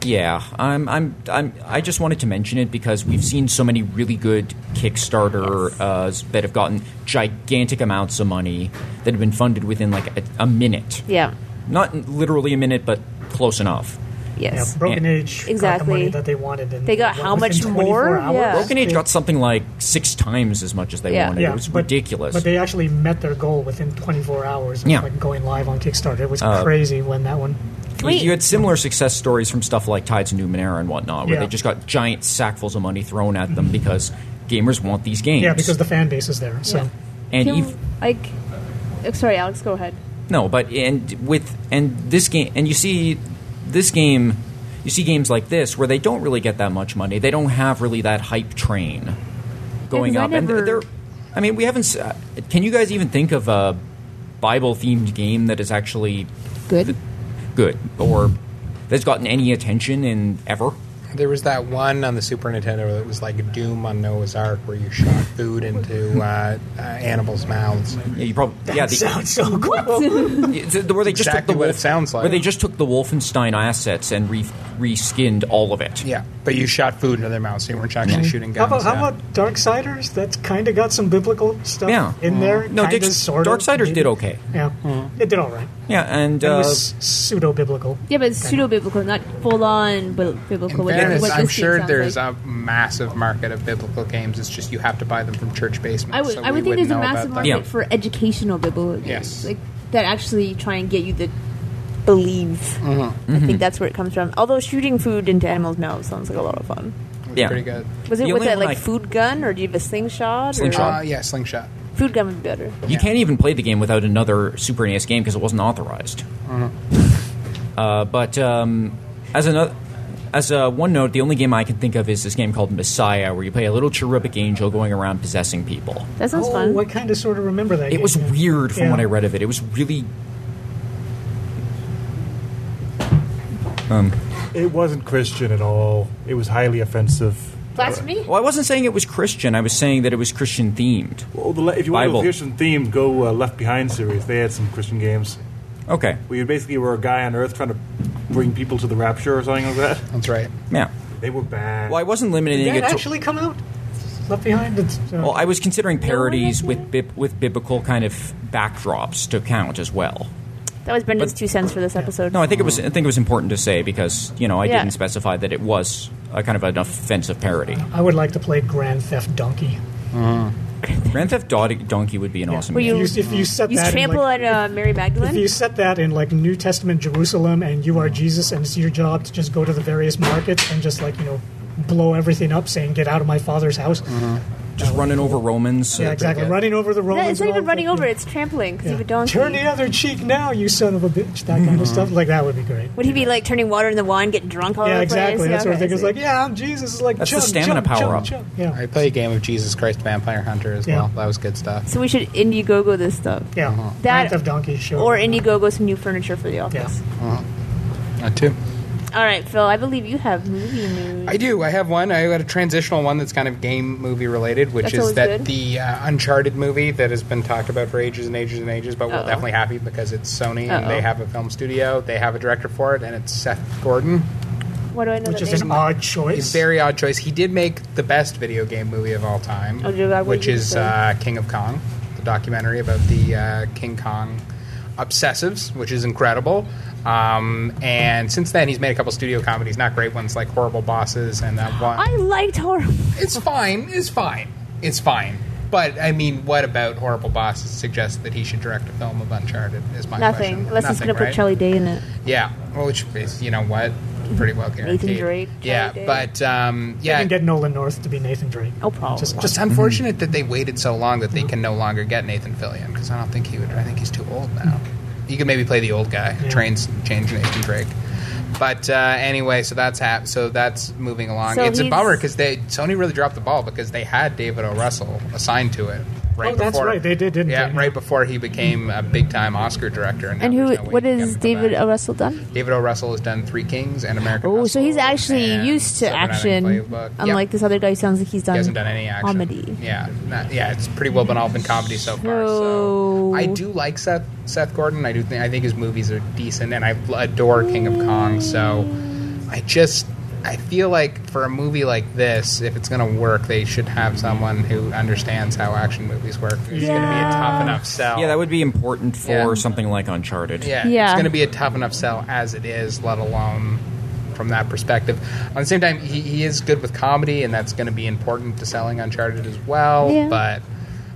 Speaker 3: Yeah, I'm, I'm, I'm, I just wanted to mention it because we've seen so many really good Kickstarter uh, that have gotten gigantic amounts of money that have been funded within like a, a minute.
Speaker 1: Yeah.
Speaker 3: Not literally a minute, but close enough.
Speaker 2: Yeah,
Speaker 1: Yes.
Speaker 2: Broken
Speaker 3: Yeah.
Speaker 2: Age got the
Speaker 1: Exactly.
Speaker 2: money that they wanted. And
Speaker 1: They got
Speaker 2: what,
Speaker 1: how
Speaker 2: within
Speaker 1: much
Speaker 2: 24
Speaker 1: more?
Speaker 2: Hours?
Speaker 1: Yeah.
Speaker 3: Broken Age got something like six times as much as they
Speaker 1: Yeah.
Speaker 3: wanted.
Speaker 2: Yeah,
Speaker 3: it was
Speaker 2: but-
Speaker 3: ridiculous.
Speaker 2: But they actually met their goal within 24 hours of
Speaker 3: Yeah. Uh,
Speaker 2: like going live on Kickstarter. It was crazy when that one.
Speaker 1: Wait.
Speaker 3: you had similar success stories from stuff like Tides of Numenera and whatnot, where
Speaker 2: Yeah.
Speaker 3: they just got giant sackfuls of money thrown at them because gamers want these games.
Speaker 2: Yeah, because the fan base is there. So
Speaker 1: Yeah.
Speaker 3: and
Speaker 1: Can-
Speaker 3: ev-
Speaker 1: like, oh, sorry, Alex, go ahead.
Speaker 3: No, but and with and this game and you see this game you see games like this where they don't really get that much money. They don't have really that hype train going
Speaker 1: 'cause I
Speaker 3: up and they're,
Speaker 1: never-
Speaker 3: they're I mean, we haven't s- uh, can you guys even think of a Bible themed game that is actually
Speaker 5: Good.
Speaker 3: good or that's gotten any attention in ever?
Speaker 4: There was that one on the Super Nintendo that was like Doom on Noah's Ark, where you shot food into uh, uh, animals' mouths.
Speaker 3: Yeah, you probably yeah, the,
Speaker 2: sounds so cool.
Speaker 3: Yeah, th- where they just took
Speaker 4: Exactly
Speaker 3: the
Speaker 4: what it
Speaker 3: Wolf-
Speaker 4: sounds like.
Speaker 3: Where they just took the Wolfenstein assets and re- reskinned all of it.
Speaker 4: Yeah, but you shot food into their mouths, so you weren't
Speaker 5: Mm-hmm.
Speaker 4: actually shooting
Speaker 2: How
Speaker 4: guns.
Speaker 2: about, how
Speaker 4: yeah.
Speaker 2: about Darksiders? That's kind of got some biblical stuff
Speaker 3: Yeah. Mm.
Speaker 2: in there.
Speaker 3: No,
Speaker 2: kinda,
Speaker 3: Dix-
Speaker 2: sorta,
Speaker 3: Darksiders
Speaker 2: maybe.
Speaker 3: did okay.
Speaker 2: Yeah, it did all right.
Speaker 3: Yeah, and
Speaker 2: it
Speaker 3: uh,
Speaker 2: was pseudo biblical.
Speaker 5: Yeah, but it's pseudo biblical, not full on biblical.
Speaker 4: In
Speaker 5: what-
Speaker 4: fairness,
Speaker 5: what
Speaker 4: I'm
Speaker 5: this game
Speaker 4: sure
Speaker 5: sounds
Speaker 4: there's
Speaker 5: like.
Speaker 4: a massive market of biblical games. It's just you have to buy them from church basements.
Speaker 5: I would,
Speaker 4: so
Speaker 5: I
Speaker 4: we
Speaker 5: would think
Speaker 4: wouldn't
Speaker 5: there's a
Speaker 4: know about
Speaker 5: massive
Speaker 4: them.
Speaker 5: market
Speaker 3: Yeah.
Speaker 5: for educational biblical games,
Speaker 4: Yes.
Speaker 5: like that actually try and get you the.
Speaker 1: Believe.
Speaker 2: Mm-hmm.
Speaker 1: I think that's where it comes from. Although shooting food into animals' mouths sounds like a lot of fun.
Speaker 4: It was
Speaker 3: Yeah.
Speaker 4: pretty good.
Speaker 1: Was it
Speaker 3: The
Speaker 1: was
Speaker 3: only
Speaker 1: that
Speaker 3: one
Speaker 1: like
Speaker 3: I-
Speaker 1: food gun or do you have a slingshot? or-
Speaker 3: Slingshot.
Speaker 4: Uh, yeah, slingshot.
Speaker 1: Food gun would be better.
Speaker 3: You can't even play the game without another Super NES game because it wasn't authorized.
Speaker 2: Uh-huh.
Speaker 3: Uh, but um, as another, as a one note, the only game I can think of is this game called Messiah, where you play a little cherubic angel going around possessing people.
Speaker 1: That sounds
Speaker 2: oh,
Speaker 1: fun.
Speaker 2: I kind of sort of remember that.
Speaker 3: It was weird from
Speaker 2: Yeah.
Speaker 3: what I read of it. It was really Um,
Speaker 6: It wasn't Christian at all. It was highly offensive.
Speaker 1: Blasphemy?
Speaker 3: well. I wasn't saying it was Christian. I was saying that it was Christian themed.
Speaker 6: Well, the, le- if you want
Speaker 3: Bible.
Speaker 6: a Christian themed, go uh, Left Behind series. They had some Christian games
Speaker 3: Okay,
Speaker 6: where you basically were a guy on Earth trying to bring people to the rapture or something like that.
Speaker 4: That's right.
Speaker 3: yeah.
Speaker 6: They were bad.
Speaker 3: Well, I wasn't limiting
Speaker 2: Did
Speaker 3: it
Speaker 2: that
Speaker 3: to
Speaker 2: actually come out? Left Behind. It's, uh,
Speaker 3: Well, I was considering parodies with bib- with biblical kind of backdrops to count as well.
Speaker 1: That was Brendan's
Speaker 3: But-
Speaker 1: two cents for this episode.
Speaker 3: No, I think it was I think it was important to say because you know I
Speaker 1: Yeah.
Speaker 3: didn't specify that it was a kind of an offensive parody.
Speaker 2: I would like to play Grand Theft Donkey.
Speaker 3: Grand Theft Dod- Donkey would be an awesome
Speaker 1: Were
Speaker 3: game.
Speaker 1: you-
Speaker 2: If you, if you set
Speaker 1: you
Speaker 2: that in,
Speaker 1: trample
Speaker 2: like,
Speaker 1: at uh, Mary
Speaker 2: If you
Speaker 1: Magdalene?
Speaker 2: set that in like New Testament Jerusalem and you are Jesus and it's your job to just go to the various markets and just like, you know, blow everything up saying, get out of my father's house.
Speaker 3: Mm-hmm. Just running over Romans.
Speaker 2: Yeah,
Speaker 3: uh,
Speaker 2: exactly. Running over the Romans.
Speaker 1: No, it's not
Speaker 2: and
Speaker 1: even
Speaker 2: all-
Speaker 1: running over, it's trampling because
Speaker 2: Yeah.
Speaker 1: you have a donkey.
Speaker 2: Turn the other cheek now, you son of a bitch. That
Speaker 3: Mm-hmm.
Speaker 2: kind of stuff. Like, that would be great.
Speaker 1: Would he be like turning water in the wine, getting drunk all
Speaker 2: yeah,
Speaker 1: over the place?
Speaker 2: exactly. That sort of
Speaker 1: okay,
Speaker 2: thing.
Speaker 1: I
Speaker 2: It's
Speaker 1: see.
Speaker 2: like, yeah, I'm Jesus. It's like,
Speaker 3: That's the
Speaker 2: jump,
Speaker 3: stamina
Speaker 2: jump, jump,
Speaker 3: power up.
Speaker 2: jump. Yeah.
Speaker 4: I play a game of Jesus Christ Vampire Hunter as
Speaker 2: Yeah.
Speaker 4: well. That was good stuff.
Speaker 1: So we should Indiegogo this stuff.
Speaker 2: yeah.
Speaker 3: Uh-huh.
Speaker 1: That-
Speaker 2: Grand Theft Donkey, sure.
Speaker 1: Or Indiegogo some new furniture for the
Speaker 2: Yeah.
Speaker 4: Uh,
Speaker 1: office.
Speaker 4: Not too.
Speaker 1: All right, Phil. I believe you have movie news.
Speaker 4: I do. I have one. I had a transitional one that's kind of game movie related, which
Speaker 1: That's
Speaker 4: is
Speaker 1: always
Speaker 4: that
Speaker 1: good.
Speaker 4: the uh, Uncharted movie that has been talked about for ages and ages and ages, but
Speaker 1: Uh-oh.
Speaker 4: we're definitely happy because it's Sony and
Speaker 1: Uh-oh.
Speaker 4: they have a film studio, they have a director for it, and it's Seth Gordon.
Speaker 1: Why do I know
Speaker 2: which
Speaker 1: that
Speaker 2: is an
Speaker 1: name?
Speaker 2: odd
Speaker 4: A
Speaker 2: choice.
Speaker 4: very odd choice. He did make the best video game movie of all time,
Speaker 1: Oh, did I- what
Speaker 4: which
Speaker 1: did you
Speaker 4: is
Speaker 1: say?
Speaker 4: uh, King of Kong, the documentary about the uh, King Kong obsessives, which is incredible. Um, and since then, he's made a couple studio comedies, not great ones like Horrible Bosses and that one.
Speaker 1: I liked horror.
Speaker 4: It's fine. It's fine. It's fine. But I mean, what about horrible bosses suggests that he should direct a film of Uncharted? Is my
Speaker 1: Nothing.
Speaker 4: question.
Speaker 1: Unless he's going
Speaker 4: Nothing,
Speaker 1: to put
Speaker 4: right?
Speaker 1: Charlie Day in it.
Speaker 4: Yeah, well, which is you know what, pretty well guaranteed.
Speaker 1: Drake,
Speaker 4: Yeah,
Speaker 1: Charlie Day.
Speaker 4: but um,
Speaker 2: You
Speaker 4: yeah,
Speaker 2: can get Nolan North to be Nathan Drake.
Speaker 1: Oh, Paul.
Speaker 2: Just,
Speaker 4: just
Speaker 2: just
Speaker 4: unfortunate that they waited so long that they
Speaker 2: Mm-hmm.
Speaker 4: can no longer get Nathan Fillion because I don't think he would. I think he's too old now. He could maybe play the old guy.
Speaker 2: Mm-hmm. Yeah.
Speaker 4: Trains change Nathan Drake. But uh, anyway, so that's hap- so that's moving along.
Speaker 1: So
Speaker 4: it's a
Speaker 1: he's-
Speaker 4: bummer because they Sony really dropped the ball because they had David O. Russell assigned to it. Right
Speaker 2: Oh, that's
Speaker 4: before,
Speaker 2: right. They did, didn't
Speaker 4: yeah,
Speaker 2: they?
Speaker 4: right before he became a big time Oscar director. And, now
Speaker 1: And who?
Speaker 4: there's no way
Speaker 1: what
Speaker 4: he can
Speaker 1: is
Speaker 4: come
Speaker 1: David
Speaker 4: back.
Speaker 1: O. Russell done?
Speaker 4: David O. Russell has done Three Kings and American.
Speaker 1: Oh, so he's
Speaker 4: Hustle
Speaker 1: actually
Speaker 4: and
Speaker 1: used to
Speaker 4: Silver Linings
Speaker 1: action,
Speaker 4: Playbook. Yep.
Speaker 1: unlike this other guy who sounds like he's done,
Speaker 4: He hasn't done any action.
Speaker 1: comedy.
Speaker 4: Yeah, not- yeah, it's pretty well been all been comedy so far.
Speaker 1: So-
Speaker 4: So I do like Seth Seth Gordon. I do think I think his movies are decent, and I l- adore King of Kong. So I just I feel like for a movie like this, if it's going to work, they should have someone who understands how action movies work. It's going to be a tough enough sell.
Speaker 3: Yeah, that would be important for
Speaker 4: Yeah.
Speaker 3: something like Uncharted.
Speaker 4: Yeah,
Speaker 1: Yeah.
Speaker 4: it's going to be a tough enough sell as it is, let alone from that perspective. On the same time, he, he is good with comedy, and that's going to be important to selling Uncharted as well.
Speaker 1: Yeah.
Speaker 4: But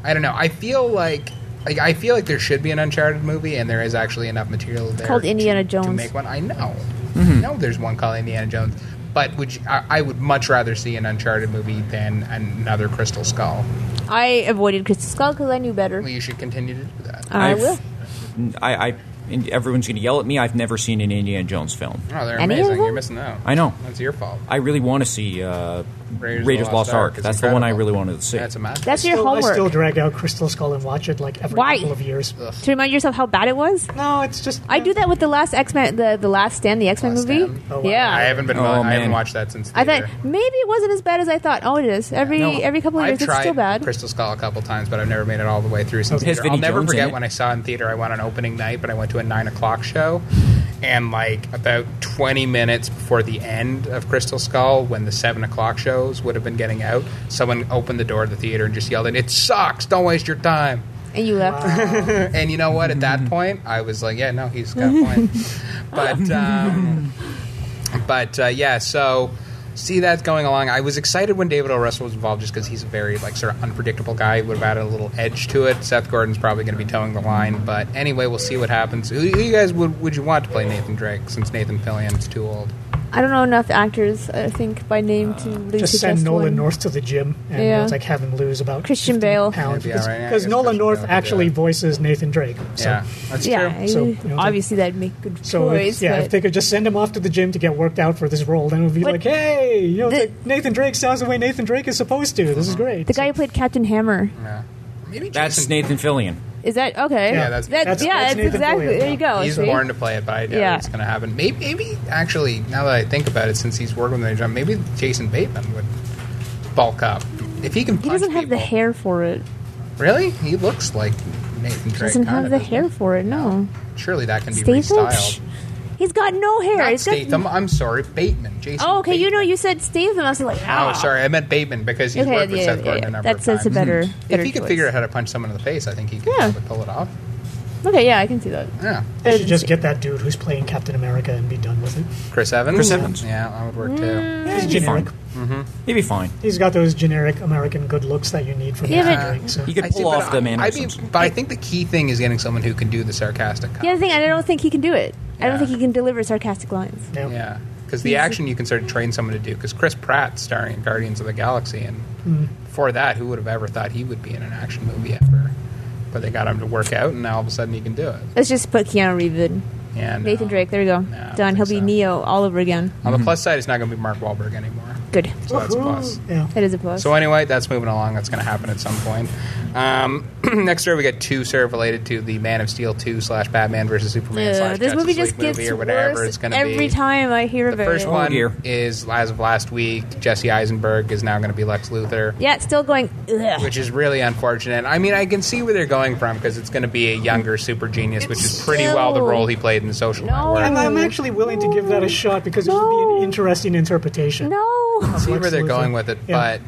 Speaker 4: I don't know. I feel like. Like, I feel like there should be an Uncharted movie, and there is actually enough material there
Speaker 1: called Indiana
Speaker 4: to, to
Speaker 1: Jones.
Speaker 4: make one. I know, I know there's one called Indiana Jones, but would you, I, I would much rather see an Uncharted movie than another Crystal Skull.
Speaker 1: I avoided Crystal Skull because I knew better. Uh,
Speaker 4: Well, you should continue to do that.
Speaker 1: I
Speaker 3: I've-
Speaker 1: will.
Speaker 3: I, I and everyone's going to yell at me. I've never seen an Indiana Jones film.
Speaker 4: Oh, they're
Speaker 1: Any of
Speaker 4: amazing! You're
Speaker 1: them?
Speaker 4: missing out.
Speaker 3: I know.
Speaker 4: That's your fault.
Speaker 3: I really want to see uh,
Speaker 4: Raiders
Speaker 3: Raiders,
Speaker 4: of
Speaker 3: of the Lost Ark.
Speaker 4: is
Speaker 3: That's the one I
Speaker 4: incredible.
Speaker 3: really wanted to see.
Speaker 4: That's a masterpiece.
Speaker 1: That's your
Speaker 2: still, I still
Speaker 1: homework
Speaker 2: drag out Crystal Skull and watch it like every
Speaker 1: Why?
Speaker 2: couple of years.
Speaker 1: to remind yourself how bad it was.
Speaker 2: No, it's just
Speaker 1: I do that with the last X Men, the the Last Stand, the X Men
Speaker 4: Last
Speaker 1: movie.
Speaker 4: Stand.
Speaker 2: Oh, wow.
Speaker 1: Yeah,
Speaker 4: I haven't been.
Speaker 3: Oh,
Speaker 4: I haven't
Speaker 3: man.
Speaker 4: watched that since.
Speaker 1: I thought
Speaker 4: theater.
Speaker 1: maybe it wasn't as bad as I thought. Oh, it is. Every
Speaker 3: No,
Speaker 1: every couple of
Speaker 4: I've
Speaker 1: years, it's
Speaker 4: tried
Speaker 1: still bad.
Speaker 4: Crystal Skull a couple times, but I've never made it all the way through. Since
Speaker 3: It has
Speaker 4: theater.
Speaker 3: Vinnie
Speaker 4: I'll never
Speaker 3: Jones in
Speaker 4: forget
Speaker 3: it.
Speaker 4: when I saw it in theater. I went on opening night, but I went to a nine o'clock show, and like about twenty minutes before the end of Crystal Skull, when the seven o'clock shows would have been getting out, someone opened the door of the theater and just yelled, "It sucks! Don't waste your time."
Speaker 1: and you left.
Speaker 4: And you know what? At that point, I was like, "Yeah, no, he's got a point." But um, but uh, yeah, so see that going along. I was excited when David O. Russell was involved, just because he's a very like sort of unpredictable guy. Would have added a little edge to it. Seth Gordon's probably going to be towing the line, but anyway, we'll see what happens. Who, who you guys would would you want to play Nathan Drake? Since Nathan Fillion's too old.
Speaker 1: I don't know enough actors. I think by name to
Speaker 4: Uh,
Speaker 1: really
Speaker 2: uh, just
Speaker 1: suggest
Speaker 2: send Nolan
Speaker 1: one.
Speaker 2: North to the gym and uh,
Speaker 1: Yeah.
Speaker 2: it's like have him lose about
Speaker 1: Christian
Speaker 2: 15
Speaker 1: Bale.
Speaker 2: pounds
Speaker 4: That'd be all
Speaker 2: because
Speaker 4: right, yeah, I guess
Speaker 2: Nolan
Speaker 4: Christian
Speaker 2: North
Speaker 4: Bale could do
Speaker 2: actually
Speaker 4: it.
Speaker 2: voices Nathan Drake. So,
Speaker 4: Yeah, that's
Speaker 1: Yeah,
Speaker 4: true.
Speaker 1: I-
Speaker 2: So, you know,
Speaker 1: obviously that'd make a good
Speaker 2: so if-
Speaker 1: choice.
Speaker 2: yeah,
Speaker 1: but
Speaker 2: if they could just send him off to the gym to get worked out for this role, then it would be
Speaker 1: But
Speaker 2: like, hey, you know,
Speaker 1: the-
Speaker 2: it's like, Nathan Drake sounds the way Nathan Drake is supposed to. This is
Speaker 4: Mm-hmm.
Speaker 2: great.
Speaker 1: the guy who played Captain Hammer
Speaker 4: Yeah. Maybe
Speaker 3: That's
Speaker 4: Jason-
Speaker 3: Nathan Fillion.
Speaker 1: is that okay?
Speaker 4: Yeah, that's-
Speaker 1: that,
Speaker 2: that's-
Speaker 1: yeah,
Speaker 2: that's
Speaker 1: that's,
Speaker 2: Nathan
Speaker 1: exactly.
Speaker 2: Fillion,
Speaker 1: There you go.
Speaker 4: He's
Speaker 1: Oh, see?
Speaker 4: born to play it, but I doubt
Speaker 1: Yeah.
Speaker 4: it's going to happen. Maybe, maybe actually, now that I think about it, since he's working with John, maybe Jason Bateman would bulk up if he can.
Speaker 1: He
Speaker 4: punch
Speaker 1: doesn't have the
Speaker 4: people-
Speaker 1: hair for it.
Speaker 4: Really, he looks like Nathan Drake.
Speaker 1: He doesn't
Speaker 4: kinda,
Speaker 1: have the
Speaker 4: doesn't
Speaker 1: hair
Speaker 4: he?
Speaker 1: for it. No.
Speaker 4: Surely that can be
Speaker 1: Statham. Psh,
Speaker 4: restyled.
Speaker 1: He's got no hair.
Speaker 4: Not
Speaker 1: He's got-
Speaker 4: Statham. I'm sorry, Bateman. Jason.
Speaker 1: Oh, okay. You know,
Speaker 4: Bateman.
Speaker 1: you said Statham. I was like, ah.
Speaker 4: Oh, sorry, I meant Bateman because he's
Speaker 1: Okay,
Speaker 4: worked with
Speaker 1: yeah,
Speaker 4: Seth
Speaker 1: yeah,
Speaker 4: Gordon
Speaker 1: yeah.
Speaker 4: a number
Speaker 1: That's-
Speaker 4: of
Speaker 1: that's a
Speaker 4: times. Hmm.
Speaker 1: better- better
Speaker 4: if he could
Speaker 1: choice.
Speaker 4: figure out how to punch someone in the face, I think he could
Speaker 1: Yeah.
Speaker 4: probably pull it off.
Speaker 1: Okay, yeah, I can see that.
Speaker 4: Yeah,
Speaker 2: They should just get that dude who's playing Captain America and be done with it.
Speaker 4: Chris Evans.
Speaker 3: Chris Evans.
Speaker 4: Yeah, that would work too.
Speaker 1: Mm.
Speaker 2: He's
Speaker 3: He'd be fine.
Speaker 2: generic.
Speaker 3: He'd be fine.
Speaker 2: He's got those generic American good looks that you need from
Speaker 1: Yeah,
Speaker 2: Nathan
Speaker 1: but-
Speaker 2: Drake. So.
Speaker 3: He could
Speaker 4: I
Speaker 3: pull
Speaker 4: see, but
Speaker 3: off the
Speaker 4: I-
Speaker 3: man.
Speaker 4: I mean, but I think the key thing is getting someone who can do the sarcastic.
Speaker 1: The other
Speaker 4: Comment.
Speaker 1: thing, I don't think he can do it. I don't
Speaker 4: Yeah.
Speaker 1: think he can deliver sarcastic lines.
Speaker 2: yeah.
Speaker 4: Yeah, because the action you can sort of train someone to do. Because Chris Pratt starring in Guardians of the Galaxy, and
Speaker 1: Mm.
Speaker 4: before that, who would have ever thought he would be in an action movie ever? But they got him to work out, and now all of a sudden he can do it.
Speaker 1: Let's just put Keanu Reeves in.
Speaker 4: And uh,
Speaker 1: Nathan Drake, there we go.
Speaker 4: I don't
Speaker 1: Done. He'll
Speaker 4: think
Speaker 1: be
Speaker 4: so.
Speaker 1: Neo all over again.
Speaker 3: Mm-hmm.
Speaker 4: On the plus side, it's not going to be Mark Wahlberg anymore.
Speaker 1: Good.
Speaker 4: So that's a plus.
Speaker 2: Yeah.
Speaker 1: That is a plus.
Speaker 4: So anyway, that's moving along. That's going to happen at some point. Um, next story, we got two sort of related to the Man of Steel two slash Batman versus Superman
Speaker 1: Ugh,
Speaker 4: slash
Speaker 1: Uh, this
Speaker 4: Justice
Speaker 1: movie
Speaker 4: League
Speaker 1: just gets
Speaker 4: movie or whatever
Speaker 1: worse
Speaker 4: it's going to be.
Speaker 1: every time I hear
Speaker 4: The
Speaker 1: about
Speaker 4: first
Speaker 1: it.
Speaker 4: one
Speaker 3: dear.
Speaker 4: is as of last week. Jesse Eisenberg is now going to be Lex Luthor.
Speaker 1: Yeah, it's still going. Ugh.
Speaker 4: Which is really unfortunate. I mean, I can see where they're going from because it's going to be a younger super genius, which is pretty well the
Speaker 1: still-
Speaker 4: role he played in the social
Speaker 1: No.
Speaker 4: network.
Speaker 2: And I'm actually willing to give that a shot because it would be an
Speaker 1: No.
Speaker 2: interesting interpretation.
Speaker 1: no.
Speaker 4: see where
Speaker 2: Lex
Speaker 4: they're
Speaker 2: Luthor.
Speaker 4: going with it,
Speaker 2: Yeah.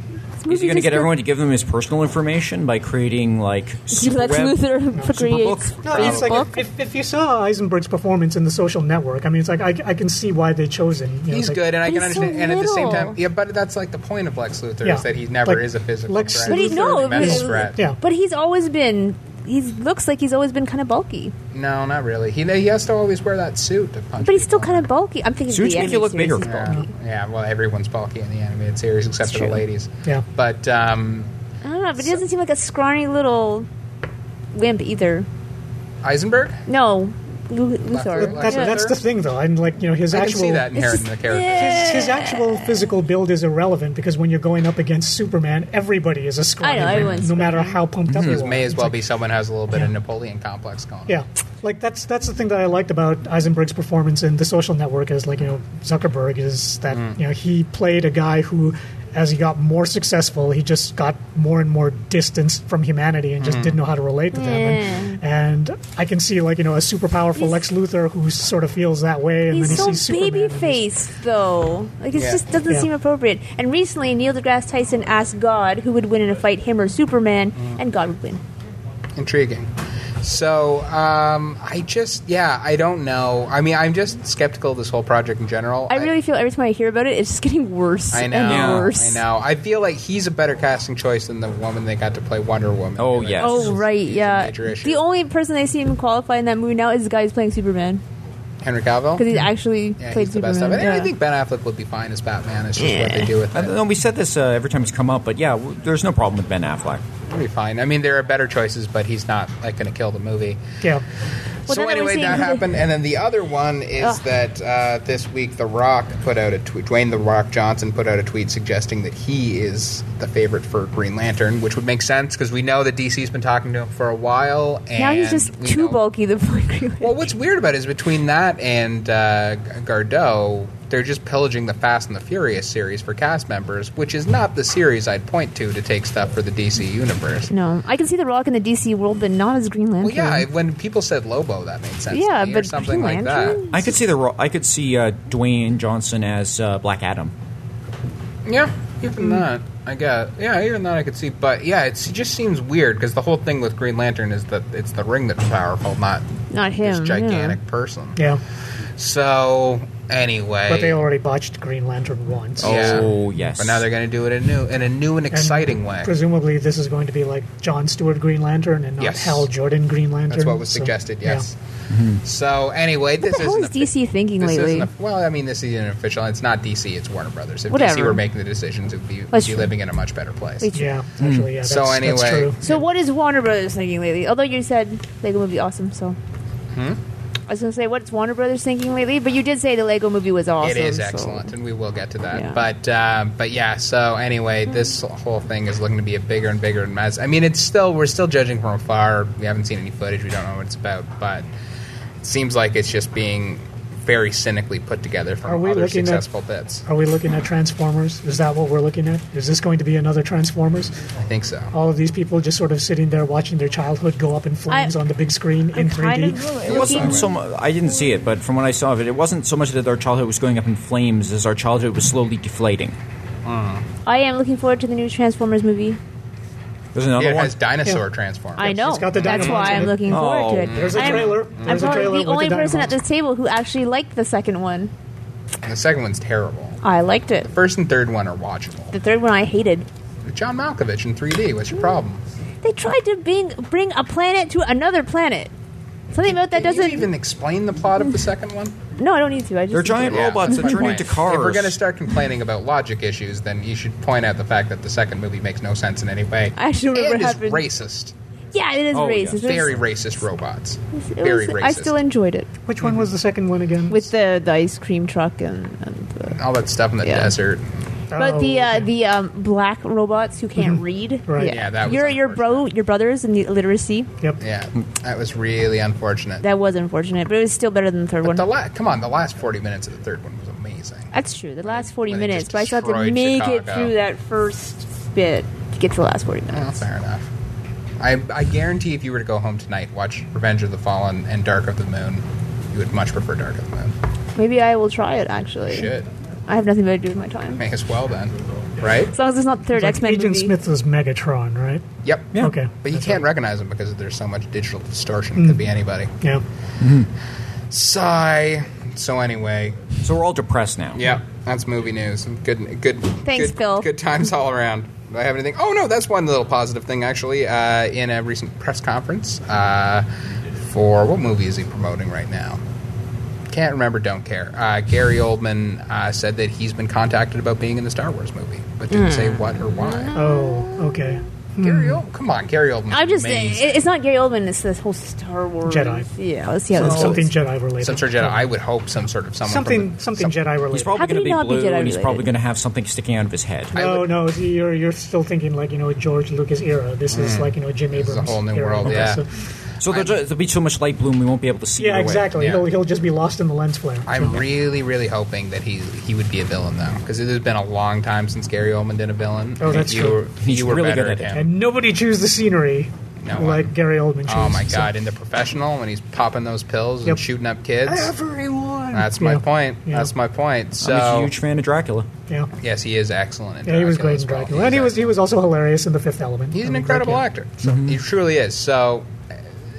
Speaker 4: but
Speaker 3: Is he going to
Speaker 1: just
Speaker 3: get
Speaker 1: go-
Speaker 3: everyone to give them his personal information by creating like super
Speaker 1: Lex
Speaker 3: web-
Speaker 1: Luthor creates
Speaker 3: Superbook?
Speaker 2: No, it's
Speaker 1: a
Speaker 2: like
Speaker 1: book.
Speaker 2: if, if you saw Eisenberg's performance in The Social Network, I mean, it's like I, I can see why they chose him. You know,
Speaker 4: he's
Speaker 2: it's like-
Speaker 4: good, and I
Speaker 1: But
Speaker 4: can
Speaker 1: he's so
Speaker 4: understand. and at the same time,
Speaker 1: little.
Speaker 4: yeah, but that's like the point of Lex Luthor
Speaker 2: Yeah.
Speaker 4: is that he never
Speaker 2: Like,
Speaker 4: is a physical
Speaker 2: Lex
Speaker 4: threat.
Speaker 2: But
Speaker 1: he-
Speaker 4: He's
Speaker 1: no,
Speaker 4: a mental
Speaker 1: but-
Speaker 4: threat.
Speaker 2: Yeah.
Speaker 1: But he's always been. He looks like he's always been kind of bulky,
Speaker 4: No, not really. He he has to always wear that suit to punch.
Speaker 1: but he's still kind of bulky. I'm thinking
Speaker 3: Suits
Speaker 1: the
Speaker 3: make you look
Speaker 1: animated
Speaker 3: bigger.
Speaker 1: series is
Speaker 4: Yeah.
Speaker 1: bulky.
Speaker 4: yeah, well, everyone's bulky in the animated series except for the
Speaker 3: true.
Speaker 4: ladies.
Speaker 2: Yeah.
Speaker 4: But um,
Speaker 1: I don't know, but he doesn't seem like a scrawny little wimp either.
Speaker 4: Eisenberg,
Speaker 1: No, Lu-
Speaker 4: Luthor.
Speaker 1: Luthor.
Speaker 2: That's,
Speaker 1: Yeah.
Speaker 2: that's the thing, though. I'm like, you know, his
Speaker 4: I can
Speaker 2: actual
Speaker 4: see that
Speaker 1: It's
Speaker 4: inherent in
Speaker 1: just-
Speaker 4: the character.
Speaker 2: His, his actual physical build is irrelevant because when you're going up against Superman, everybody is a scrawny,
Speaker 1: I know,
Speaker 2: man,
Speaker 1: everyone's
Speaker 2: no matter how pumped up you
Speaker 4: This
Speaker 2: are.
Speaker 4: may as
Speaker 2: It's
Speaker 4: well
Speaker 2: like-
Speaker 4: be someone who has a little bit of Napoleon complex going. on.
Speaker 2: Yeah, like that's that's the thing that I liked about Eisenberg's performance in The Social Network is like you know Zuckerberg is that
Speaker 4: Mm.
Speaker 2: you know he played a guy who, as he got more successful, he just got more and more distanced from humanity and
Speaker 4: Mm.
Speaker 2: just didn't know how to relate to them. And, and I can see like you know a super powerful Lex Luthor who sort of feels that way, and
Speaker 1: He's
Speaker 2: then
Speaker 1: so
Speaker 2: he sees Superman.
Speaker 1: baby
Speaker 2: and he's-
Speaker 1: faced, though. Like, it
Speaker 4: Yeah.
Speaker 1: just doesn't
Speaker 2: Yeah.
Speaker 1: seem appropriate. And recently, Neil deGrasse Tyson asked God who would win in a fight, him or Superman,
Speaker 4: Mm.
Speaker 1: and God would win.
Speaker 4: Intriguing. So um, I just, yeah, I don't know. I mean, I'm just skeptical of this whole project in general.
Speaker 1: I really feel every time I hear about it, it's just getting worse
Speaker 4: I know.
Speaker 1: and worse.
Speaker 4: I know. I feel like he's a better casting choice than the woman they got to play Wonder Woman.
Speaker 3: Oh,
Speaker 4: yeah.
Speaker 3: yes.
Speaker 1: Oh, right, yeah.
Speaker 4: major issue.
Speaker 1: The only person I see him qualify in that movie now is the guy who's playing Superman.
Speaker 4: Henry Cavill.
Speaker 1: Because he's actually
Speaker 4: yeah,
Speaker 1: played
Speaker 4: he's the
Speaker 1: Superman.
Speaker 4: best of it. And I
Speaker 1: yeah.
Speaker 4: think Ben Affleck would be fine as Batman. It's just what they do with
Speaker 3: I
Speaker 4: it.
Speaker 3: don't know, we said this uh, every time he's come up, but yeah, w- there's no problem with Ben Affleck.
Speaker 4: It'll be fine. I mean, there are better choices, but he's not like going to kill the movie.
Speaker 2: Yeah,
Speaker 1: Well,
Speaker 4: so
Speaker 1: then I was
Speaker 4: anyway, that
Speaker 1: seeing-
Speaker 4: happened, and then the other one is
Speaker 1: Ugh.
Speaker 4: that uh, this week The Rock put out a tweet. Dwayne The Rock Johnson put out a tweet suggesting that he is the favorite for Green Lantern, which would make sense because we know that DC's been talking to him for a while. And
Speaker 1: now he's just
Speaker 4: we
Speaker 1: too
Speaker 4: know-
Speaker 1: bulky. The point.
Speaker 4: Well, what's weird about it is between that and uh, Gardeau, they're just pillaging the Fast and the Furious series for cast members, which is not the series I'd point to to take stuff for the DC universe.
Speaker 1: no, I can see The Rock in the DC world, but not as Green
Speaker 4: Well,
Speaker 1: Lantern.
Speaker 4: yeah, when people said Lobo, that made sense. to
Speaker 1: Yeah,
Speaker 4: me, or
Speaker 1: but
Speaker 4: something
Speaker 1: Green
Speaker 4: like that.
Speaker 1: Lantern?
Speaker 3: I could see the ro- I could see uh, Dwayne Johnson as uh, Black Adam.
Speaker 4: Yeah,
Speaker 1: Hmm.
Speaker 4: even that I guess. Yeah, even that I could see. But yeah, it's, it just seems weird because the whole thing with Green Lantern is that it's the ring that's powerful, not
Speaker 1: not him.
Speaker 4: this
Speaker 1: yeah.
Speaker 4: gigantic person.
Speaker 2: yeah.
Speaker 4: So anyway,
Speaker 2: But they already botched Green Lantern once.
Speaker 4: Yeah.
Speaker 3: Oh yes.
Speaker 4: But now they're going to do it in a new, in a new and
Speaker 2: And
Speaker 4: exciting way.
Speaker 2: Presumably, this is going to be like John Stewart Green Lantern and not
Speaker 4: Yes.
Speaker 2: Hal Jordan Green Lantern.
Speaker 4: That's what was
Speaker 2: so,
Speaker 4: suggested.
Speaker 2: yeah.
Speaker 4: Yes. So anyway, this
Speaker 1: What the hell
Speaker 4: isn't
Speaker 1: is
Speaker 4: a-
Speaker 1: DC thinking
Speaker 4: This
Speaker 1: lately?
Speaker 4: isn't a- well, I mean, this isn't official. It's not DC. It's Warner Brothers. If DC
Speaker 1: Whatever.
Speaker 4: were making the decisions, it would be, we'd
Speaker 1: That's
Speaker 4: be
Speaker 1: true.
Speaker 4: living in a much better place.
Speaker 1: Wait,
Speaker 2: Yeah,
Speaker 3: Hmm.
Speaker 2: actually, yeah. That's,
Speaker 4: So
Speaker 2: that's
Speaker 4: anyway-
Speaker 2: true.
Speaker 1: So what is Warner Brothers thinking lately? Although you said Lego Movie awesome, so.
Speaker 4: Hmm?
Speaker 1: I was gonna say what's Warner Brothers thinking lately, but you did say the Lego Movie was awesome.
Speaker 4: It is
Speaker 1: so-
Speaker 4: excellent, and we will get to that.
Speaker 1: Yeah. Hmm.
Speaker 4: But um, but yeah. So anyway, this whole thing is looking to be a bigger and bigger mess. I mean, it's still we're still judging from afar. We haven't seen any footage. We don't know what it's about. But it seems like it's just being very cynically put together from
Speaker 2: Are we
Speaker 4: other
Speaker 2: looking at-
Speaker 4: successful bits.
Speaker 2: Are we looking at Transformers? Is that what we're looking at? Is this going to be another Transformers?
Speaker 4: I think so.
Speaker 2: All of these people just sort of sitting there watching their childhood go up in flames
Speaker 1: I-
Speaker 2: on the big screen in 3D.
Speaker 1: Kind of really.
Speaker 3: It wasn't so. Mu- I didn't see it, but from what I saw of it, it wasn't so much that our childhood was going up in flames as our childhood was slowly deflating.
Speaker 1: I am looking forward to the new Transformers movie.
Speaker 3: There's another
Speaker 4: It
Speaker 3: one.
Speaker 4: has dinosaur transformed.
Speaker 1: I know.
Speaker 2: it's got the
Speaker 1: That's
Speaker 2: dinosaurs
Speaker 1: why
Speaker 2: in
Speaker 1: I'm
Speaker 2: it.
Speaker 1: looking
Speaker 3: Oh.
Speaker 1: forward to it.
Speaker 2: There's a
Speaker 1: I'm-
Speaker 2: trailer.
Speaker 1: I'm,
Speaker 2: There's a
Speaker 1: probably
Speaker 2: trailer
Speaker 1: the only
Speaker 2: with the
Speaker 1: person at
Speaker 2: dinosaurs.
Speaker 1: this table who actually liked the second one.
Speaker 4: The second one's terrible.
Speaker 1: I liked it.
Speaker 4: First and third one are watchable.
Speaker 1: The third one I hated.
Speaker 4: John Malkovich in 3D. What's your problem?
Speaker 1: They tried to bring bring a planet to another planet. Something about that
Speaker 4: Can you
Speaker 1: doesn't
Speaker 4: even explain the plot of the second one.
Speaker 1: No, I don't need to. I just
Speaker 3: They're giant
Speaker 4: Yeah,
Speaker 3: robots that
Speaker 4: that's my
Speaker 3: turn
Speaker 4: point.
Speaker 3: into cars.
Speaker 4: If we're going to start complaining about logic issues, then you should point out the fact that the second movie makes no sense in any way.
Speaker 1: I actually remember
Speaker 4: and
Speaker 1: what
Speaker 4: is
Speaker 1: happened.
Speaker 4: racist.
Speaker 1: Yeah, it is
Speaker 3: Oh, yeah.
Speaker 1: racist. It's-
Speaker 4: Very racist robots.
Speaker 1: it was-
Speaker 4: Very racist.
Speaker 1: I still enjoyed it.
Speaker 2: Which one was the second one again?
Speaker 1: with the, the ice cream truck and, and the,
Speaker 4: all that stuff in the
Speaker 1: Yeah.
Speaker 4: desert.
Speaker 1: But
Speaker 4: Oh,
Speaker 1: the uh,
Speaker 2: Oh, okay.
Speaker 1: the um, black robots who can't read.
Speaker 2: Right.
Speaker 4: Yeah, that was
Speaker 1: your your bro your brothers and the illiteracy.
Speaker 2: Yep.
Speaker 4: Yeah, that was really unfortunate.
Speaker 1: That was unfortunate, but it was still better than the third
Speaker 4: But
Speaker 1: one.
Speaker 4: the la- come on, the last forty minutes of the third one was amazing.
Speaker 1: That's true. The last forty
Speaker 4: When they
Speaker 1: minutes,
Speaker 4: just
Speaker 1: but I still had to
Speaker 4: destroyed
Speaker 1: make it
Speaker 4: Chicago.
Speaker 1: through that first bit to get to the last forty
Speaker 4: Well,
Speaker 1: minutes.
Speaker 4: fair enough. I, I guarantee if you were to go home tonight, watch Revenge of the Fallen and Dark of the Moon, you would much prefer Dark of the Moon.
Speaker 1: Maybe I will try it. Actually,
Speaker 4: Should
Speaker 1: I have nothing better to do with my time.
Speaker 4: may as well then, right?
Speaker 1: As long as it's not the third
Speaker 2: Like,
Speaker 1: X Men
Speaker 2: Agent
Speaker 1: movie.
Speaker 2: Smith was Megatron, right?
Speaker 4: Yep.
Speaker 3: Yeah.
Speaker 2: Okay.
Speaker 4: But you
Speaker 2: That's
Speaker 4: can't
Speaker 2: right.
Speaker 4: recognize them because there's so much digital distortion. Could be anybody.
Speaker 2: Yeah.
Speaker 4: Sigh. So anyway,
Speaker 3: So we're all depressed now.
Speaker 4: yeah, that's movie news. Good, good.
Speaker 1: Thanks,
Speaker 4: good,
Speaker 1: Phil.
Speaker 4: Good times all around. Do I have anything? Oh no, that's one little positive thing actually. Uh, in a recent press conference uh, for what movie is he promoting right now? Can't remember. Don't care. Uh, Gary Oldman uh, said that he's been contacted about being in the Star Wars movie, but didn't say what or why.
Speaker 2: Oh, okay.
Speaker 4: Gary Oldman, come on, Gary Oldman.
Speaker 1: Hmm. I'm just
Speaker 4: amazing.
Speaker 1: it, it's not Gary Oldman. It's this whole Star Wars
Speaker 2: Jedi.
Speaker 1: Yeah, let's see how
Speaker 2: So
Speaker 1: this
Speaker 2: something
Speaker 1: goes.
Speaker 2: Jedi related.
Speaker 4: Some sort of Jedi. I would hope some sort of someone.
Speaker 2: something
Speaker 4: from the-
Speaker 2: something
Speaker 4: some-
Speaker 2: Jedi
Speaker 3: He's
Speaker 2: related.
Speaker 3: probably
Speaker 1: How could he
Speaker 3: going to be
Speaker 1: not be
Speaker 3: blue,
Speaker 1: Jedi
Speaker 3: and he's
Speaker 1: related?
Speaker 3: probably going to have something sticking out of his head.
Speaker 4: I
Speaker 2: no,
Speaker 4: would-
Speaker 2: no, you're you're still thinking like you know George Lucas era. This is like you know Jim Abrams.
Speaker 4: Hmm. is a whole new
Speaker 2: era.
Speaker 4: world,
Speaker 2: Okay,
Speaker 4: yeah.
Speaker 2: so-
Speaker 3: So there'll, ju- there'll be so much light bloom, we won't be able to see.
Speaker 2: yeah,
Speaker 3: either way.
Speaker 2: exactly.
Speaker 4: Yeah.
Speaker 2: He'll he'll just be lost in the lens flare.
Speaker 4: I'm really, really hoping that he he would be a villain though, because it has been a long time since Gary Oldman did a villain.
Speaker 2: Oh, that's
Speaker 4: you,
Speaker 2: true.
Speaker 4: Were,
Speaker 3: He's
Speaker 4: you were
Speaker 3: really
Speaker 4: better
Speaker 3: good at it.
Speaker 4: him.
Speaker 2: and nobody chews the scenery
Speaker 4: No one.
Speaker 2: like Gary Oldman. Chews,
Speaker 4: Oh my
Speaker 2: so-
Speaker 4: god! In the professional, when he's popping those pills and
Speaker 2: Yep.
Speaker 4: shooting up kids,
Speaker 2: Everyone.
Speaker 4: that's my
Speaker 2: Yeah.
Speaker 4: point.
Speaker 2: Yeah.
Speaker 4: That's my point.
Speaker 3: I'm
Speaker 4: So
Speaker 3: a huge fan of Dracula.
Speaker 2: Yeah.
Speaker 4: yes, he is excellent. In
Speaker 2: Yeah, he was great
Speaker 4: as
Speaker 2: in
Speaker 4: well.
Speaker 2: Dracula, and he was he was also hilarious in The Fifth Element.
Speaker 4: He's
Speaker 2: I
Speaker 4: an
Speaker 2: mean,
Speaker 4: incredible
Speaker 2: like, yeah.
Speaker 4: actor. He truly is. So, uh,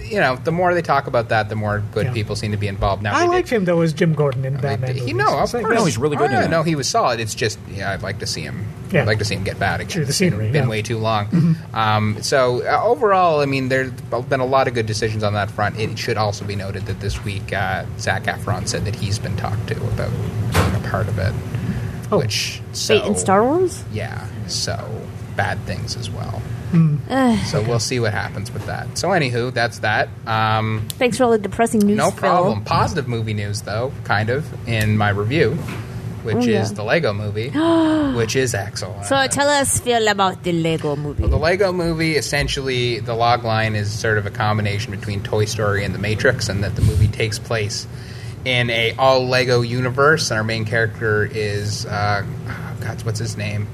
Speaker 4: you know, the more they talk about that, the more good
Speaker 2: Yeah.
Speaker 4: people seem to be involved. Now,
Speaker 2: I
Speaker 4: they did-
Speaker 2: liked him though as Jim Gordon in
Speaker 4: Like,
Speaker 2: Batman.
Speaker 4: he
Speaker 2: movies.
Speaker 4: no, of
Speaker 2: It's like,
Speaker 4: course.
Speaker 3: No, he's really good
Speaker 4: Oh, yeah,
Speaker 3: in that.
Speaker 4: No, he was solid. It's just yeah, I'd like to see him.
Speaker 2: Yeah.
Speaker 4: I'd like to see him get bad again.
Speaker 2: Sure, the
Speaker 4: It's been-
Speaker 2: scenery,
Speaker 4: been
Speaker 2: yeah. Mm-hmm.
Speaker 4: way too long. Um, so uh, overall, I mean, there's been a lot of good decisions on that front. It should also be noted that this week, uh, Zach Efron said that he's been talked to about being a part of it.
Speaker 2: Oh.
Speaker 4: Which so
Speaker 1: Wait, in Star Wars?
Speaker 4: yeah, so bad things as well.
Speaker 2: Mm.
Speaker 4: so we'll see what happens with that. So anywho, that's that. Um,
Speaker 1: Thanks for all the depressing news.
Speaker 4: no
Speaker 1: Phil.
Speaker 4: problem. Positive movie news, though, kind of, in my review, which
Speaker 1: Oh, yeah.
Speaker 4: is the Lego movie, which is excellent.
Speaker 1: So tell us, Phil, about the Lego movie.
Speaker 4: the Lego movie, essentially, the log line is sort of a combination between Toy Story and The Matrix, and that the movie takes place in a all Lego universe, and our main character is, uh, oh, God, what's his name?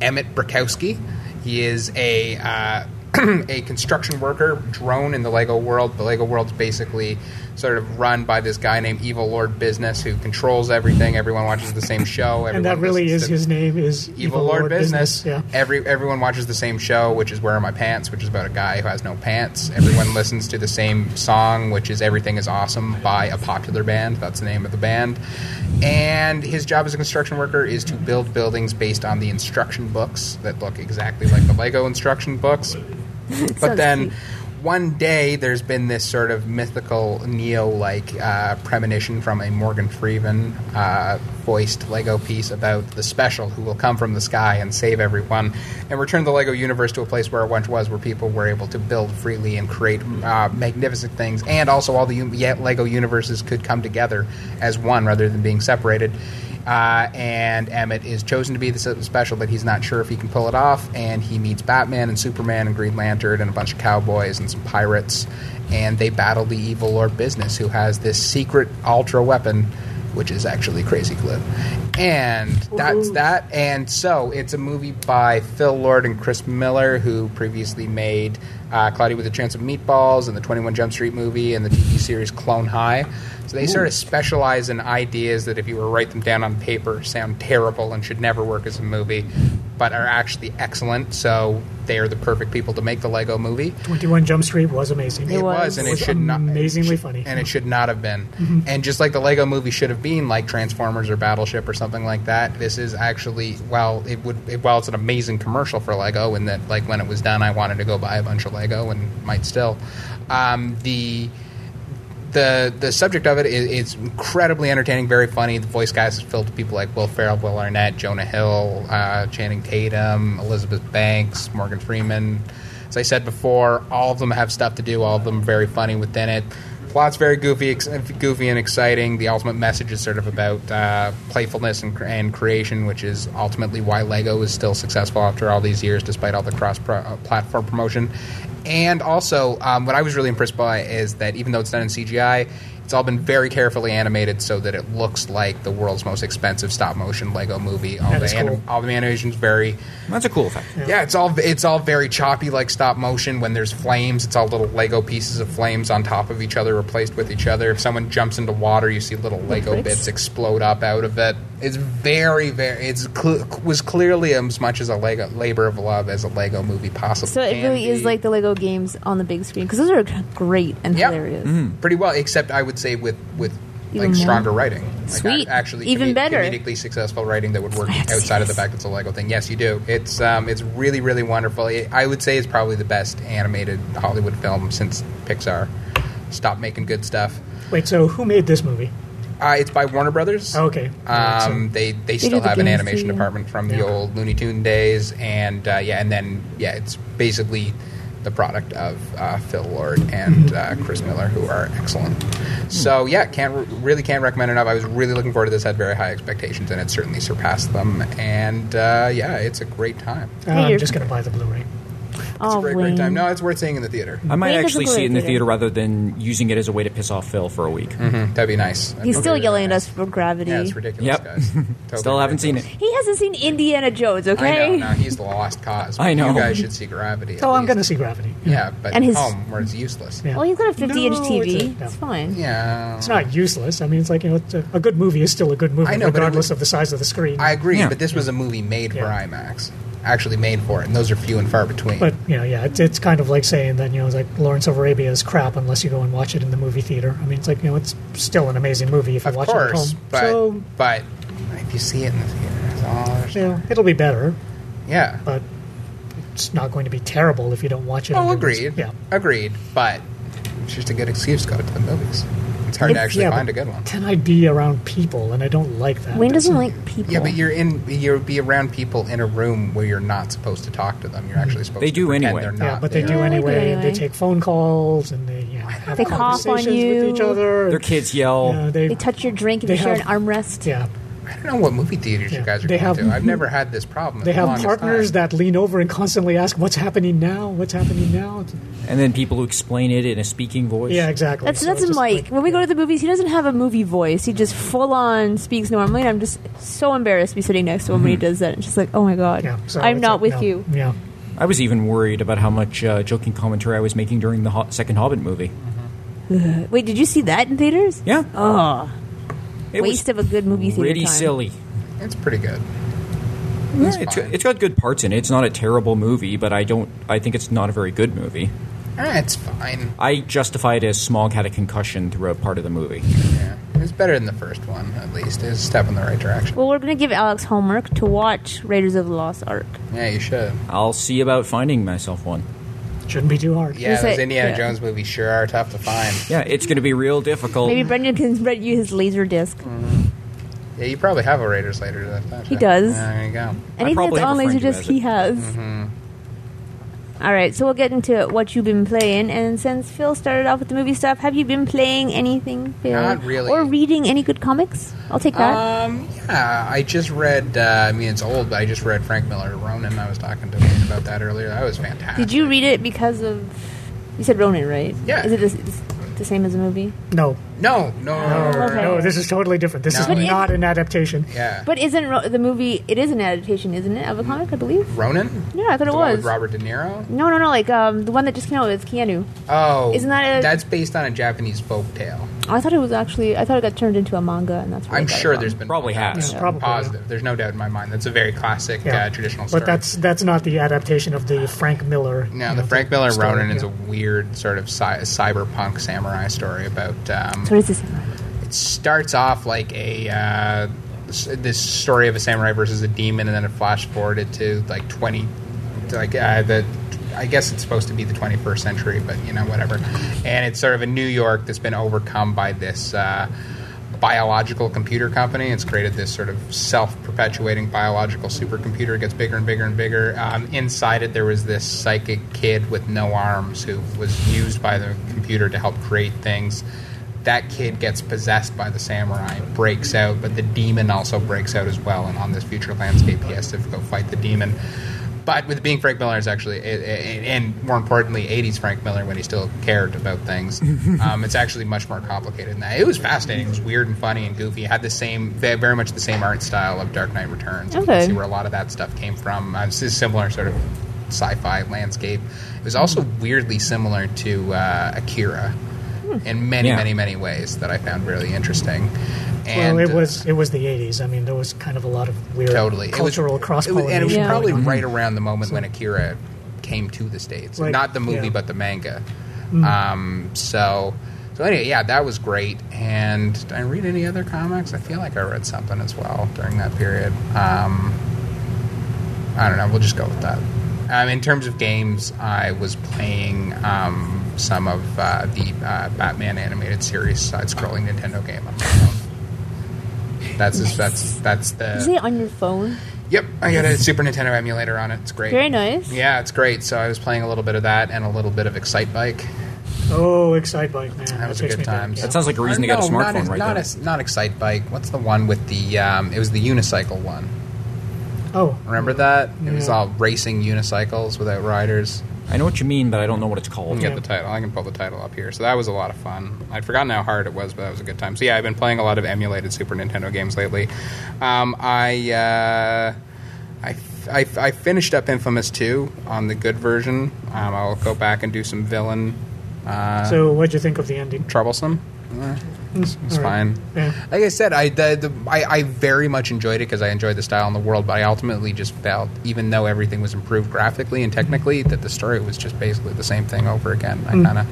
Speaker 4: Emmett Brakowski. He is a uh, a construction worker drone in the Lego world. The Lego world's basically sort of run by this guy named Evil Lord Business who controls everything. Everyone watches the same show.
Speaker 2: And that
Speaker 4: everyone
Speaker 2: really
Speaker 4: listens
Speaker 2: is
Speaker 4: to-
Speaker 2: his name is
Speaker 4: Evil Lord, Business.
Speaker 2: Yeah.
Speaker 4: Every everyone watches the same show, which is Where Are My Pants, which is about a guy who has no pants. Everyone listens to the same song, which is Everything Is Awesome by a popular band. That's the name of the band. And his job as a construction worker is to build buildings based on the instruction books that look exactly like the Lego instruction books. but
Speaker 1: Sounds
Speaker 4: then
Speaker 1: sweet.
Speaker 4: one day there's been this sort of mythical neo like uh, premonition from a Morgan Freeman uh, voiced Lego piece about the special who will come from the sky and save everyone and return the Lego universe to a place where it once was, where people were able to build freely and create uh, magnificent things. And also, all the u- yet Lego universes could come together as one rather than being separated. Uh, and Emmett is chosen to be the s- special, but he's not sure if he can pull it off. And he meets Batman and Superman and Green Lantern and a bunch of cowboys and some pirates. And they battle the evil Lord Business, who has this secret ultra weapon, which is actually Crazy Glue. And that's that. And so it's a movie by Phil Lord and Chris Miller, who previously made uh, Cloudy with a Chance of Meatballs and the 21 Jump Street movie and the TV series Clone High. So they sort of specialize in ideas that, if you were to write them down on paper, sound terrible and should never work as a movie, but are actually excellent. So they are the perfect people to make the Lego movie.
Speaker 2: Twenty One Jump Street was amazing.
Speaker 4: It was, and it
Speaker 2: was
Speaker 4: should not
Speaker 2: amazingly
Speaker 4: it should-
Speaker 2: funny. Mm-hmm.
Speaker 4: and it should not have been. And just like the Lego Movie should have been, like Transformers or Battleship or something like that, this is actually while it would it, while it's an amazing commercial for Lego, and that like when it was done, I wanted to go buy a bunch of Lego and might still. Um, the the the subject of it is it's incredibly entertaining, very funny. The voice cast is filled with people like Will Ferrell, Will Arnett, Jonah Hill, uh, Channing Tatum, Elizabeth Banks, Morgan Freeman. As I said before, all of them have stuff to do. All of them are very funny within it. plot's very goofy, ex- goofy and exciting. The ultimate message is sort of about uh, playfulness and, cre- and creation, which is ultimately why Lego is still successful after all these years, despite all the cross-platform promotion. And also, um, what I was really impressed by is that even though it's done in CGI, it's all been very carefully animated so that it looks like the world's most expensive stop-motion Lego movie. All,
Speaker 2: That
Speaker 4: the,
Speaker 2: is
Speaker 4: anim-
Speaker 2: cool.
Speaker 4: all the animation's very
Speaker 3: That's a cool effect.
Speaker 4: yeah, it's all it's all very choppy, like stop motion. When there's flames, it's all little Lego pieces of flames on top of each other, replaced with each other. If someone jumps into water, you see little Lego bits explode up out of it. It's very, very. It's cl- was clearly as much as a Lego labor of love as a Lego movie possibly.
Speaker 1: So it
Speaker 4: can
Speaker 1: really is
Speaker 4: be.
Speaker 1: like the Lego games on the big screen because those are great and
Speaker 4: Yep.
Speaker 1: hilarious.
Speaker 4: pretty well, except I would say with with
Speaker 1: Even
Speaker 4: like
Speaker 1: more.
Speaker 4: stronger writing. Like,
Speaker 1: Sweet.
Speaker 4: ac- actually,
Speaker 1: Even
Speaker 4: comedi-
Speaker 1: better.
Speaker 4: comedically successful writing that would work
Speaker 1: I have to see
Speaker 4: outside of the
Speaker 1: this.
Speaker 4: fact it's a Lego thing. Yes, you do. It's um, it's really really wonderful. It, I would say it's probably the best animated Hollywood film since Pixar stopped making good stuff.
Speaker 2: Wait, so who made this movie?
Speaker 4: Uh, it's by Warner Brothers.
Speaker 2: Oh, okay.
Speaker 4: Um, they they, still
Speaker 1: do the
Speaker 4: have an
Speaker 1: games
Speaker 4: animation
Speaker 1: too, yeah.
Speaker 4: department from
Speaker 2: Yeah.
Speaker 4: the old Looney Tune days, and uh, yeah, and then yeah, it's basically the product of uh, Phil Lord and uh,
Speaker 2: Mm-hmm.
Speaker 4: Chris Miller, who are excellent. So yeah, can't re- really can't recommend enough. I was really looking forward to this. Had very high expectations, and it certainly surpassed them. And uh, yeah, it's a great time. It's
Speaker 2: Uh,
Speaker 1: you're-
Speaker 2: I'm just going to buy the Blu-ray.
Speaker 1: oh,
Speaker 4: a great
Speaker 1: Wayne.
Speaker 4: great time. No, it's worth seeing in the theater.
Speaker 3: I might
Speaker 1: Wayne doesn't
Speaker 3: actually
Speaker 1: go to
Speaker 3: see it in the
Speaker 1: theater.
Speaker 3: theater rather than using it as a way to piss off Phil for a week.
Speaker 4: Mhm, That'd be nice. That'd
Speaker 1: Mm-hmm. He's
Speaker 4: be
Speaker 1: still
Speaker 4: really
Speaker 1: yelling at
Speaker 4: nice.
Speaker 1: us for gravity.
Speaker 4: Yeah, it's ridiculous,
Speaker 3: Yep.
Speaker 4: guys. Totally
Speaker 3: Still haven't seen
Speaker 4: ridiculous.
Speaker 3: it.
Speaker 1: he hasn't seen Indiana Jones, okay?
Speaker 4: I know. No, he's the lost cause.
Speaker 3: I know.
Speaker 4: You guys should see Gravity.
Speaker 2: Oh,
Speaker 4: at
Speaker 2: I'm
Speaker 4: least.
Speaker 2: going to see Gravity.
Speaker 4: Yeah, but
Speaker 1: And his-
Speaker 4: home where it's useless.
Speaker 2: Yeah.
Speaker 1: Well, he's got a 50 inch
Speaker 2: No,
Speaker 1: TV.
Speaker 2: it's
Speaker 1: It's,
Speaker 2: a- no.
Speaker 1: fine.
Speaker 4: Yeah.
Speaker 2: It's not useless. I mean, it's like you know, it's a, a good movie is still a good movie,
Speaker 4: I know, but it
Speaker 2: regardless
Speaker 4: was-
Speaker 2: of the size of the screen.
Speaker 4: I agree,
Speaker 3: Yeah.
Speaker 4: but this was a movie made for
Speaker 2: Yeah.
Speaker 4: IMAX, actually made for it, and those are few and far between.
Speaker 2: But you know, yeah, it's, it's kind of like saying that you know, it's like Lawrence of Arabia is crap unless you go and watch it in the movie theater. I mean, it's like you know, it's still an amazing movie if you
Speaker 4: of
Speaker 2: watch it at
Speaker 4: course,
Speaker 2: home.
Speaker 4: but
Speaker 2: so
Speaker 4: but if you see it in the theater, it's all there's-
Speaker 2: you know, it'll be better,
Speaker 4: yeah.
Speaker 2: but it's not going to be terrible if you don't watch it.
Speaker 4: Oh,
Speaker 2: in the-
Speaker 4: agreed.
Speaker 2: Yeah,
Speaker 4: agreed. But it's just a good excuse to go to the movies. It's hard to
Speaker 2: It's-
Speaker 4: actually
Speaker 2: yeah,
Speaker 4: find
Speaker 2: but
Speaker 4: a good one.
Speaker 2: Can I be around people? And I don't like that.
Speaker 1: Wayne doesn't
Speaker 2: It's-
Speaker 1: like people.
Speaker 4: Yeah, but you're in. You'll be around people in a room where you're not supposed to talk to them. You're actually supposed.
Speaker 3: They
Speaker 4: to
Speaker 3: do
Speaker 4: pretend
Speaker 3: anyway.
Speaker 4: They're not
Speaker 2: Mm-hmm. Yeah, but they
Speaker 4: there.
Speaker 2: do
Speaker 1: Yeah, they do
Speaker 2: anyway. They
Speaker 1: anyway.
Speaker 2: take phone calls and they you know, have
Speaker 1: They cough on
Speaker 2: conversations
Speaker 1: you.
Speaker 2: with each other.
Speaker 3: Their kids yell.
Speaker 2: Yeah,
Speaker 1: They touch your drink and
Speaker 2: They
Speaker 1: you share
Speaker 2: have-
Speaker 1: an armrest.
Speaker 2: Yeah,
Speaker 4: I don't know what movie theaters
Speaker 2: Yeah.
Speaker 4: you guys are
Speaker 2: They
Speaker 4: going
Speaker 2: have-
Speaker 4: to. I've never had this problem. in
Speaker 2: they
Speaker 4: the
Speaker 2: have
Speaker 4: longest
Speaker 2: partners
Speaker 4: time.
Speaker 2: that lean over and constantly ask, "What's happening now? What's happening now?"
Speaker 3: And then people who explain it in a speaking voice.
Speaker 2: Yeah, exactly.
Speaker 1: That's
Speaker 2: So
Speaker 1: that's
Speaker 2: it's
Speaker 1: in
Speaker 2: just
Speaker 1: Mike. when we go to the movies, he doesn't have a movie voice. He just full on speaks normally, and I'm just so embarrassed to be sitting next to him when he does that. And just like, oh my god,
Speaker 2: Mm-hmm. yeah, so
Speaker 1: I'm
Speaker 2: it's
Speaker 1: not
Speaker 2: like,
Speaker 1: with
Speaker 2: no,
Speaker 1: you.
Speaker 2: Yeah,
Speaker 3: I was even worried about how much uh, joking commentary I was making during the ho- second Hobbit movie.
Speaker 1: Wait, did you see that in theaters?
Speaker 3: Yeah.
Speaker 1: Oh,
Speaker 3: It was
Speaker 1: waste of a good movie theater
Speaker 3: pretty
Speaker 1: time.
Speaker 3: silly.
Speaker 4: It's pretty good.
Speaker 3: Yeah,
Speaker 4: It's
Speaker 3: it's,
Speaker 4: fine.
Speaker 3: it's got good parts in it. It's not a terrible movie, but I don't. I think it's not a very good movie.
Speaker 4: Eh, it's fine.
Speaker 3: I justify it as Smog had a concussion throughout part of the movie.
Speaker 4: Yeah. It's better than the first one, at least. It's a step in the right direction.
Speaker 1: Well, we're gonna give Alex homework to watch Raiders of the Lost Ark.
Speaker 4: Yeah, you should.
Speaker 3: I'll see about finding myself one.
Speaker 2: shouldn't be too hard.
Speaker 4: Yeah,
Speaker 1: Is
Speaker 4: those
Speaker 1: it-
Speaker 4: Indiana
Speaker 1: yeah.
Speaker 4: Jones movies sure are tough to find.
Speaker 3: Yeah, it's going to be real difficult.
Speaker 1: Maybe Brendan can rent you his laser disc.
Speaker 4: Yeah, you probably have a Raiders later. That, that,
Speaker 1: He does.
Speaker 4: Yeah, there you go.
Speaker 1: Anything that's
Speaker 3: probably have
Speaker 1: on
Speaker 3: a
Speaker 1: laser
Speaker 3: friend who
Speaker 1: disc,
Speaker 3: has
Speaker 1: he
Speaker 3: it. Mm-hmm.
Speaker 1: has. All right, so we'll get into what you've been playing. And since Phil started off with the movie stuff, have you been playing anything, Phil?
Speaker 4: Not really.
Speaker 1: Or reading any good comics? I'll take that.
Speaker 4: Um, yeah, I just read, uh, I mean, it's old, but I just read Frank Miller Ronin. I was talking to Wayne about that earlier. That was fantastic.
Speaker 1: Did you read it because of? You said Ronin, right?
Speaker 4: Yeah.
Speaker 1: Is it the, it's the same as a movie?
Speaker 2: No,
Speaker 4: No, no, no, no, no,
Speaker 1: Okay.
Speaker 4: no.
Speaker 2: no, this is totally different. This
Speaker 4: No.
Speaker 2: is not an adaptation.
Speaker 4: Yeah.
Speaker 1: But isn't Ro- the movie? It is an adaptation, isn't it, of a comic? I believe.
Speaker 4: Ronin?
Speaker 1: Yeah, I thought
Speaker 4: The
Speaker 1: it
Speaker 4: one with
Speaker 1: was.
Speaker 4: Robert De Niro?
Speaker 1: No, no, no. Like um, the one that just came out with Keanu.
Speaker 4: Oh.
Speaker 1: Isn't that a-
Speaker 4: That's based on a Japanese folk tale.
Speaker 1: I thought it was actually. I thought it got turned into a manga, and that's. Where I
Speaker 4: I'm
Speaker 1: got it
Speaker 4: sure
Speaker 1: from.
Speaker 4: there's been
Speaker 3: Probably has.
Speaker 2: Yeah,
Speaker 4: I'm
Speaker 2: probably.
Speaker 4: positive. There's no doubt in my mind. That's a very classic uh, traditional story.
Speaker 2: But that's that's not the adaptation of the Frank Miller.
Speaker 4: no,
Speaker 2: you
Speaker 4: the
Speaker 2: know,
Speaker 4: Frank Miller
Speaker 2: story,
Speaker 4: Ronin is
Speaker 2: yeah.
Speaker 4: a weird sort of cy- cyberpunk samurai story about. Um,
Speaker 1: So does this.
Speaker 4: it starts off like a uh, s- this story of a samurai versus a demon, and then it flash forwarded to like twenty, to, like uh, the. I guess it's supposed to be the 21st century, but you know, whatever. And it's sort of a New York that's been overcome by this uh, biological computer company. It's created this sort of self-perpetuating biological supercomputer. It gets bigger and bigger and bigger. Um, inside it, there was this psychic kid with no arms who was used by the computer to help create things. That kid gets possessed by the samurai, and breaks out, but the demon also breaks out as well. And on this future landscape, he has to go fight the demon. But with being Frank Miller is actually, it, it, and more importantly, '80s Frank Miller when he still cared about things, um, it's actually much more complicated than that. It was fascinating. It was weird and funny and goofy. It had the same, they had very much the same art style of Dark Knight Returns. You
Speaker 1: Okay.
Speaker 4: can see where a lot of that stuff came from. Uh, it's a similar sort of sci-fi landscape. It was also weirdly similar to uh, Akira in many,
Speaker 3: Yeah.
Speaker 4: many, many ways that I found really interesting. And
Speaker 2: Well, it
Speaker 4: uh,
Speaker 2: was it was the '80s. I mean, there was kind of a lot of weird
Speaker 4: totally
Speaker 2: cultural
Speaker 4: it was,
Speaker 2: cross
Speaker 4: it was- and it was
Speaker 2: pollination.
Speaker 1: Yeah.
Speaker 4: probably right around the moment when akira came to the states
Speaker 2: Right,
Speaker 4: not the movie
Speaker 2: yeah. Mm.
Speaker 4: but the manga um, so so anyway yeah that was great and did i read any other comics i feel like i read something as well during that period um, i don't know we'll just go with that um, in terms of games i was playing um, some of uh, the uh, batman animated series side-scrolling nintendo game on my phone that's that's that's the
Speaker 1: Is it on your phone?
Speaker 4: Yep, I got a Super Nintendo emulator on it. It's great.
Speaker 1: Very nice.
Speaker 4: Yeah, it's great. So I was playing a little bit of that and a little bit of Excite Bike.
Speaker 2: Oh, Excite Bike, man!
Speaker 4: That was a
Speaker 2: takes
Speaker 4: good
Speaker 2: me back,
Speaker 4: time.
Speaker 2: yeah.
Speaker 3: That sounds like a reason to
Speaker 4: Or
Speaker 3: get a
Speaker 4: no,
Speaker 3: smartphone
Speaker 4: not,
Speaker 3: right
Speaker 4: not
Speaker 3: there.
Speaker 4: A, not Excite Bike. What's the one with the? Um, it was the unicycle one.
Speaker 2: oh,
Speaker 4: Remember that? It was
Speaker 2: Yeah.
Speaker 4: all racing unicycles without riders.
Speaker 3: I know what you mean, but I don't know what it's
Speaker 4: I
Speaker 3: called.
Speaker 4: can get the title. I can pull the title up here. So that was a lot of fun. I'd forgotten how hard it was, but that was a good time. So yeah, I've been playing a lot of emulated Super Nintendo games lately. Um, I, uh, I, f- I f- I finished up Infamous 2 on the good version. Um, I'll go back and do some villain uh,
Speaker 2: so what'd you think of the ending?
Speaker 4: troublesome. Eh, It's, it's
Speaker 2: All right.
Speaker 4: fine.
Speaker 2: Yeah.
Speaker 4: Like I said, I, the, the, I I very much enjoyed it because I enjoyed the style and the world, but I ultimately just felt, even though everything was improved graphically and technically, that the story was just basically the same thing over again. I kind of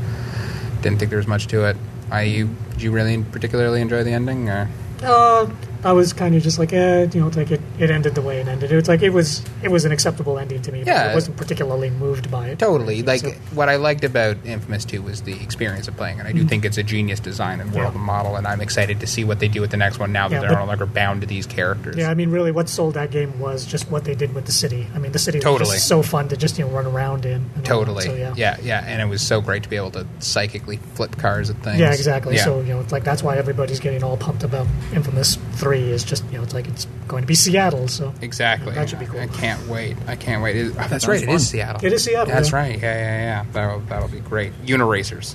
Speaker 4: didn't think there was much to it. I you did you really particularly enjoy the ending? Or?
Speaker 2: Uh, I was kind of just like, eh, you know, like it, it ended the way it ended. It was like it was it was an acceptable ending to me. but
Speaker 4: Yeah.
Speaker 2: I wasn't particularly moved by it.
Speaker 4: Totally. Like
Speaker 2: So-
Speaker 4: what I liked about Infamous 2 was the experience of playing it. I do think it's a genius design and world
Speaker 2: Yeah.
Speaker 4: and model, and I'm excited to see what they do with the next one now that
Speaker 2: Yeah,
Speaker 4: they're
Speaker 2: but-
Speaker 4: no longer bound to these characters.
Speaker 2: Yeah, I mean, really, what sold that game was just what they did with the city. I mean, the city was
Speaker 4: Totally.
Speaker 2: just so fun to just you know run around in. and all that.
Speaker 4: Totally.
Speaker 2: So,
Speaker 4: yeah. yeah, and it was so great to be able to psychically flip cars at things.
Speaker 2: Yeah, exactly.
Speaker 4: Yeah.
Speaker 2: So you know, it's like that's why everybody's getting all pumped about Infamous Three. Is just you know, it's like it's going to be Seattle. So
Speaker 4: exactly.
Speaker 2: That should be cool.
Speaker 4: I can't wait. I can't wait. It- oh, that's
Speaker 3: Sounds
Speaker 4: right. It
Speaker 3: fun.
Speaker 4: is Seattle.
Speaker 2: It is Seattle,
Speaker 4: That's
Speaker 2: yeah.
Speaker 4: right. Yeah, yeah, yeah. That'll that'll be great. Uniracers.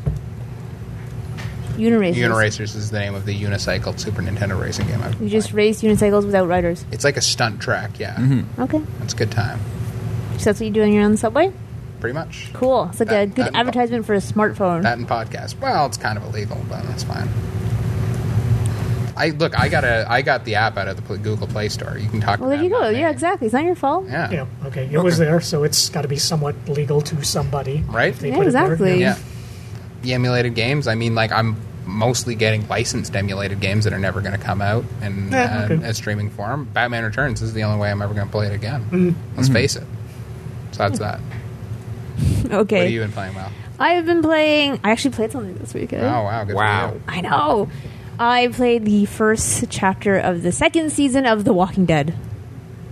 Speaker 1: Uniracers.
Speaker 4: Uniracers is the name of the unicycle Super Nintendo racing game. I've been
Speaker 1: You just
Speaker 4: playing.
Speaker 1: race unicycles without riders.
Speaker 4: it's like a stunt track. Yeah,
Speaker 1: Okay.
Speaker 4: it's a good time.
Speaker 1: So that's what you do when you're on the subway?
Speaker 4: Pretty much.
Speaker 1: Cool. It's like
Speaker 4: That-
Speaker 1: a good
Speaker 4: that-
Speaker 1: advertisement for a smartphone.
Speaker 4: That and podcast. Well, it's kind of illegal, but that's fine. I look. I got a. I got the app out of the pl- Google Play Store. You can talk.
Speaker 1: well, there
Speaker 4: about
Speaker 1: you
Speaker 4: it.
Speaker 1: go. Yeah, exactly. It's not your fault.
Speaker 4: Yeah.
Speaker 2: yeah, okay, it was there, so it's got to be somewhat legal to somebody,
Speaker 4: Right?
Speaker 2: if they
Speaker 1: Yeah,
Speaker 2: put it there.
Speaker 1: exactly.
Speaker 4: Yeah. The emulated games, I mean, like, I'm mostly getting licensed emulated games that are never going to come out in
Speaker 2: Yeah,
Speaker 4: uh,
Speaker 2: okay.
Speaker 4: a streaming form. Batman Returns is the only way I'm ever going to play it again. Let's face it. So that's that. What have
Speaker 1: Okay.
Speaker 4: you been playing well?
Speaker 1: I've been playing. I actually played something this weekend.
Speaker 4: Oh, wow. Good for
Speaker 3: Wow.
Speaker 4: you.
Speaker 1: I know. I played the first chapter of the second season of The Walking Dead.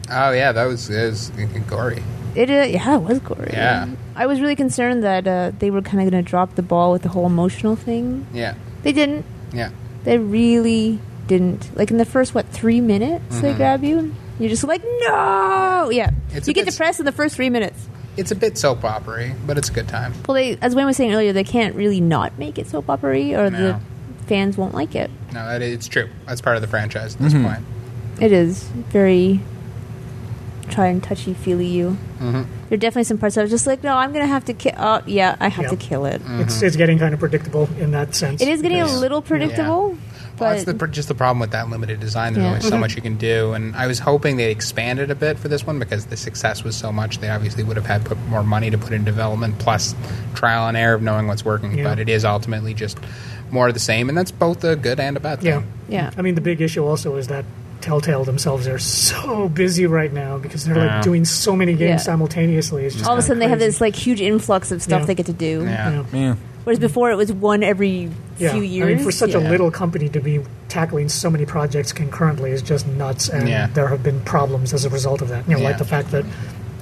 Speaker 4: Oh, yeah. That was, it was gory.
Speaker 1: It uh, yeah, it was gory.
Speaker 4: Yeah.
Speaker 1: I was really concerned that uh, they were kind of going to drop the ball with the whole emotional thing.
Speaker 4: Yeah.
Speaker 1: They didn't.
Speaker 4: Yeah.
Speaker 1: They really didn't. Like in the first what three minutes, they
Speaker 2: Mm-hmm.
Speaker 1: grab you. and You're just like no. Yeah,
Speaker 4: It's a
Speaker 1: you get
Speaker 4: bit-
Speaker 1: depressed in the first three minutes.
Speaker 4: It's a bit soap opery, but it's a good time.
Speaker 1: Well, they as Wayne was saying earlier, they can't really not make it soap opery, or
Speaker 4: No.
Speaker 1: the fans won't like it.
Speaker 4: No, that, it's true. That's part of the franchise at this point.
Speaker 1: It is very try and touchy feely you.
Speaker 2: Mm-hmm.
Speaker 1: There are definitely some parts I was just like, no, I'm gonna have to kill. Oh, yeah, I have
Speaker 2: Yeah.
Speaker 1: to kill it.
Speaker 4: Mm-hmm.
Speaker 2: It's it's getting kind of predictable in that sense.
Speaker 1: It is getting a
Speaker 2: because-
Speaker 1: little predictable, but
Speaker 4: well, that's the, pr- just the problem with that limited design. There's
Speaker 1: Yeah. Mm-hmm.
Speaker 4: only so much you can do, and I was hoping they expanded a bit for this one because the success was so much. They obviously would have had put more money to put in development, plus trial and error of knowing what's working.
Speaker 2: Yeah.
Speaker 4: But it is ultimately just more of the same, and that's both a good and a bad
Speaker 2: Yeah,
Speaker 4: thing.
Speaker 1: Yeah.
Speaker 2: I mean, the big issue also is that Telltale themselves are so busy right now because they're
Speaker 4: Yeah.
Speaker 2: like doing so many games
Speaker 1: Yeah.
Speaker 2: simultaneously. It's just
Speaker 1: all of a
Speaker 2: kinda
Speaker 1: sudden they have
Speaker 2: crazy.
Speaker 1: this like huge influx of stuff
Speaker 2: Yeah.
Speaker 1: they get to do.
Speaker 4: Yeah.
Speaker 2: You know,
Speaker 3: Yeah.
Speaker 1: Whereas before it was one every
Speaker 2: yeah.
Speaker 1: few years.
Speaker 2: I mean, for such
Speaker 1: Yeah.
Speaker 2: a little company to be tackling so many projects concurrently is just nuts, and
Speaker 4: Yeah.
Speaker 2: there have been problems as a result of that. You know,
Speaker 4: Yeah.
Speaker 2: like the fact that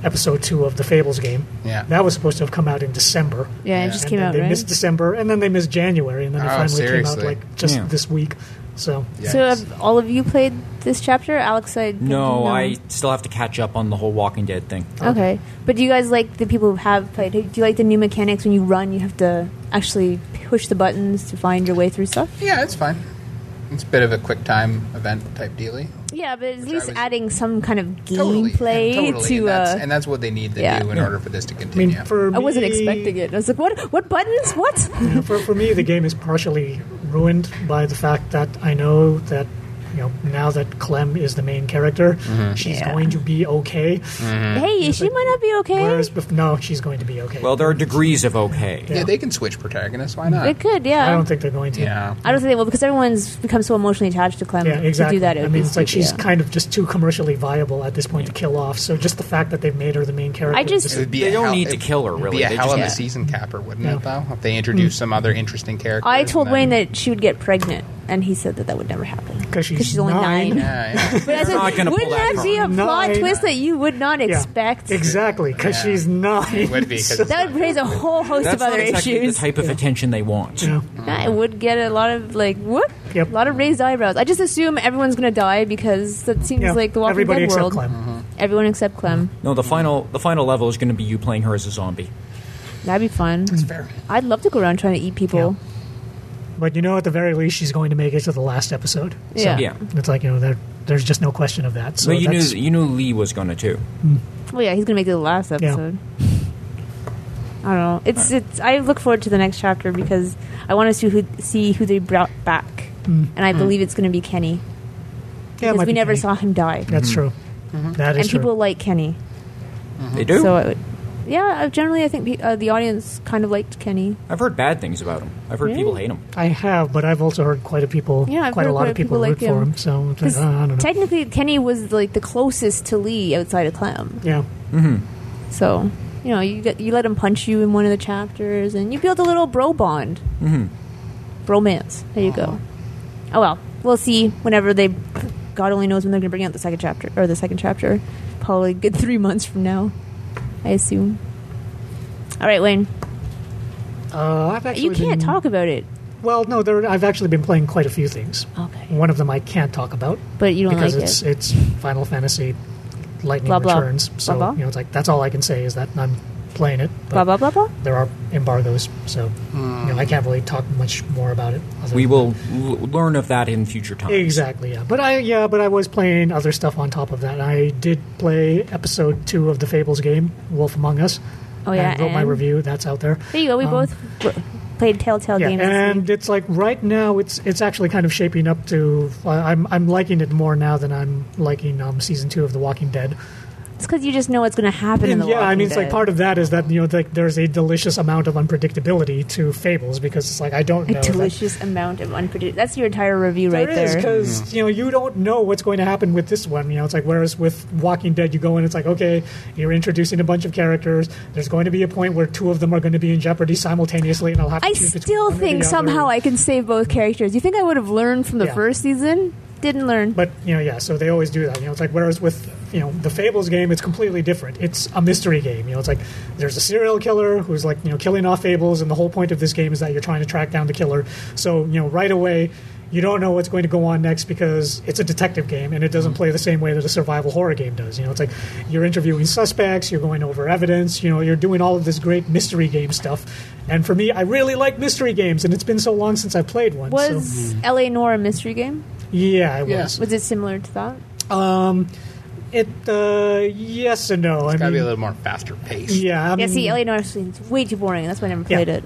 Speaker 2: episode two of the Fables game,
Speaker 4: Yeah.
Speaker 2: that was supposed to have come out in December.
Speaker 1: Yeah, it
Speaker 4: Yeah.
Speaker 1: just
Speaker 2: And
Speaker 1: came
Speaker 2: then
Speaker 1: out
Speaker 2: they
Speaker 1: right.
Speaker 2: missed December, and then they missed January, and then it
Speaker 4: Oh,
Speaker 2: finally
Speaker 4: seriously?
Speaker 2: came out like just
Speaker 3: Yeah.
Speaker 2: this week. So
Speaker 4: Yeah.
Speaker 1: So have all of you played this chapter, Alex? I
Speaker 3: No, I still have to catch up on the whole Walking Dead thing.
Speaker 1: Okay, but do you guys like the people who have played? Do you like the new mechanics when you run? You have to actually push the buttons to find your way through stuff.
Speaker 4: Yeah, it's fine. It's a bit of a quick time event type dealy.
Speaker 1: Yeah, but at
Speaker 4: I
Speaker 1: least
Speaker 4: was-
Speaker 1: adding some kind of
Speaker 4: Totally,
Speaker 1: gameplay
Speaker 4: totally,
Speaker 1: to.
Speaker 4: and that's,
Speaker 1: uh,
Speaker 4: and that's what they need to
Speaker 1: yeah.
Speaker 4: do in order for this to
Speaker 2: I mean,
Speaker 4: continue.
Speaker 2: for
Speaker 1: I wasn't
Speaker 2: me-
Speaker 1: expecting it. I was like, what? What buttons? What?
Speaker 2: Yeah, for, for me, the game is partially ruined by the fact that I know that you know now that Clem is the main character,
Speaker 4: Mm-hmm.
Speaker 2: she's
Speaker 1: Yeah.
Speaker 2: going to be okay.
Speaker 1: hey, she might not be okay.
Speaker 2: Whereas, bef- no, she's going to be okay.
Speaker 3: Well, there are degrees of okay.
Speaker 4: yeah, they can switch protagonists. Why not?
Speaker 1: It could, yeah.
Speaker 2: I don't think they're going to.
Speaker 4: Yeah.
Speaker 1: I don't think they will because everyone's become so emotionally attached to Clem
Speaker 2: Yeah,
Speaker 1: to
Speaker 2: exactly.
Speaker 1: do that. It
Speaker 2: I
Speaker 1: would
Speaker 2: mean,
Speaker 1: be
Speaker 2: it's like
Speaker 1: stupid,
Speaker 2: she's
Speaker 1: yeah.
Speaker 2: kind of just too commercially viable at this point to kill off. So just the fact that they've made her the main character,
Speaker 1: I just-
Speaker 4: It would be
Speaker 3: They
Speaker 4: a
Speaker 3: don't
Speaker 4: hell-
Speaker 3: need to
Speaker 4: it'd
Speaker 3: kill her,
Speaker 4: Be
Speaker 3: really.
Speaker 4: a
Speaker 3: They
Speaker 4: hell of
Speaker 1: just-
Speaker 4: a
Speaker 1: Yeah.
Speaker 4: season capper, wouldn't it?
Speaker 2: Yeah.
Speaker 4: Though, if they introduce some other interesting characters.
Speaker 1: I told
Speaker 4: and
Speaker 1: Wayne
Speaker 4: then-
Speaker 1: that she would get pregnant, and he said that that would never happen
Speaker 2: 'Cause she's
Speaker 1: only nine.
Speaker 2: nine.
Speaker 4: Yeah, yeah.
Speaker 1: But I said,
Speaker 3: not gonna pull
Speaker 1: wouldn't
Speaker 3: that
Speaker 1: that, be a
Speaker 2: from-
Speaker 1: plot
Speaker 2: Nine.
Speaker 1: twist that you would not
Speaker 2: Yeah.
Speaker 1: expect?
Speaker 2: exactly because
Speaker 4: Yeah.
Speaker 2: she's nine.
Speaker 4: It would be, 'cause
Speaker 2: So-
Speaker 4: it's
Speaker 1: That would raise a whole host of
Speaker 3: That's
Speaker 1: other
Speaker 3: not exactly
Speaker 1: issues.
Speaker 3: the type of attention they want.
Speaker 2: yeah.
Speaker 1: I would get a lot of like whoop,
Speaker 2: Yep.
Speaker 1: a lot of raised eyebrows. I just assume everyone's gonna die because that seems
Speaker 2: Yeah.
Speaker 1: like the Walking
Speaker 2: Everybody
Speaker 1: Dead
Speaker 2: except
Speaker 1: world.
Speaker 2: Clem.
Speaker 4: Mm-hmm.
Speaker 1: Everyone except Clem.
Speaker 3: No, the final the final level is going to be you playing her as a zombie.
Speaker 1: That'd be fun.
Speaker 4: It's fair.
Speaker 1: I'd love to go around trying to eat people.
Speaker 2: But you know, at the very least, she's going to make it to the last episode.
Speaker 1: Yeah.
Speaker 3: Yeah.
Speaker 2: It's like you know, there, there's just no question of that. So
Speaker 3: So you knew
Speaker 2: that's,
Speaker 3: you knew Lee was going to too.
Speaker 1: Well, yeah, he's gonna make it the last episode. I don't know. It's it's. I look forward to the next chapter because I want to see who see who they brought back, and I believe it's gonna be Kenny
Speaker 2: Hmm. yeah, it
Speaker 1: because
Speaker 2: might
Speaker 1: we
Speaker 2: be
Speaker 1: never
Speaker 2: Kenny.
Speaker 1: saw him die,
Speaker 3: Mm-hmm.
Speaker 2: That's true. That is
Speaker 1: and
Speaker 2: true.
Speaker 1: people like Kenny.
Speaker 3: They do.
Speaker 1: So, it, yeah, I- generally, I think pe- uh, the audience kind of liked Kenny.
Speaker 3: I've heard bad things about him. I've heard people hate him.
Speaker 2: I have, but I've also heard quite a people,
Speaker 1: Yeah, I've
Speaker 2: quite
Speaker 1: heard
Speaker 2: a lot
Speaker 1: quite
Speaker 2: of people,
Speaker 1: like
Speaker 2: root for
Speaker 1: him.
Speaker 2: him. So it's
Speaker 1: 'Cause
Speaker 2: like, uh, I don't know.
Speaker 1: technically, Kenny was like the closest to Lee outside of Clem.
Speaker 2: yeah,
Speaker 1: So you know, you get, you let him punch you in one of the chapters, and you build a little bro bond, mm-hmm. bromance. There you go. Oh well, we'll see whenever they. God only knows when they're going to bring out the second chapter or the second chapter. Probably a good three months from now, I assume. All right, Wayne,
Speaker 2: uh, I've actually
Speaker 1: you can't
Speaker 2: been-
Speaker 1: talk about it.
Speaker 2: Well, no, there, I've actually been playing quite a few things.
Speaker 1: Okay.
Speaker 2: One of them I can't talk about,
Speaker 1: But Oh. you don't
Speaker 2: because
Speaker 1: like
Speaker 2: it's
Speaker 1: it.
Speaker 2: it's Final Fantasy Lightning
Speaker 1: Blah, blah.
Speaker 2: Returns. So
Speaker 1: Blah, blah.
Speaker 2: you know, it's like that's all I can say is that I'm playing it. but
Speaker 1: Blah blah blah blah.
Speaker 2: There are embargoes, so you know I can't really talk much more about it. other
Speaker 3: Hmm. We
Speaker 2: than-
Speaker 3: will l- learn of that in future times.
Speaker 2: Exactly, yeah. But I yeah, but I was playing other stuff on top of that. I did play episode two of the Fables game, Wolf Among Us.
Speaker 1: Oh, yeah,
Speaker 2: and wrote my
Speaker 1: and-
Speaker 2: review. That's out there.
Speaker 1: There you go. We
Speaker 2: Um,
Speaker 1: both w- played Telltale
Speaker 2: Yeah,
Speaker 1: games. this
Speaker 2: and
Speaker 1: week.
Speaker 2: it's like right now, it's it's actually kind of shaping up to. I- I'm I'm liking it more now than I'm liking um, season two of The Walking Dead.
Speaker 1: It's because you just know what's going to happen. in
Speaker 2: And
Speaker 1: the
Speaker 2: yeah, I
Speaker 1: Walking
Speaker 2: mean, it's
Speaker 1: Dead.
Speaker 2: like part of that is that you know, like there's a delicious amount of unpredictability to Fables because it's like I don't know.
Speaker 1: a
Speaker 2: that-
Speaker 1: delicious amount of unpredictable. That's your entire review right
Speaker 2: There is
Speaker 1: there.
Speaker 2: because you know you don't know what's going to happen with this one. You know, it's like whereas with Walking Dead, you go in, it's like okay, you're introducing a bunch of characters. There's going to be a point where two of them are going to be in jeopardy simultaneously, and I'll have. To
Speaker 1: I
Speaker 2: choose between
Speaker 1: still
Speaker 2: one or the
Speaker 1: think
Speaker 2: other.
Speaker 1: somehow I can save both characters. You think I would have learned from the
Speaker 2: Yeah.
Speaker 1: first season? Didn't learn.
Speaker 2: But you know, yeah. So they always do that. You know, it's like whereas with you know the Fables game, it's completely different. It's a mystery game. You know, it's like there's a serial killer who's like you know killing off Fables, and the whole point of this game is that you're trying to track down the killer. So you know, right away, you don't know what's going to go on next because it's a detective game, and it doesn't play the same way that a survival horror game does. You know, it's like you're interviewing suspects, you're going over evidence. You know, you're doing all of this great mystery game stuff. And for me, I really like mystery games, and it's been so long since I played one. so,
Speaker 1: was L.A. Noir a mystery game?
Speaker 2: yeah, it
Speaker 4: Yeah.
Speaker 2: was.
Speaker 1: Was it similar to that?
Speaker 2: Um, it uh, yes and no. I
Speaker 4: It's got to
Speaker 2: mean,
Speaker 4: be a little more faster paced.
Speaker 2: yeah. I
Speaker 1: yeah,
Speaker 2: mean,
Speaker 1: see, L.A. Noir seems way too boring. That's why I never
Speaker 2: Yeah.
Speaker 1: played it.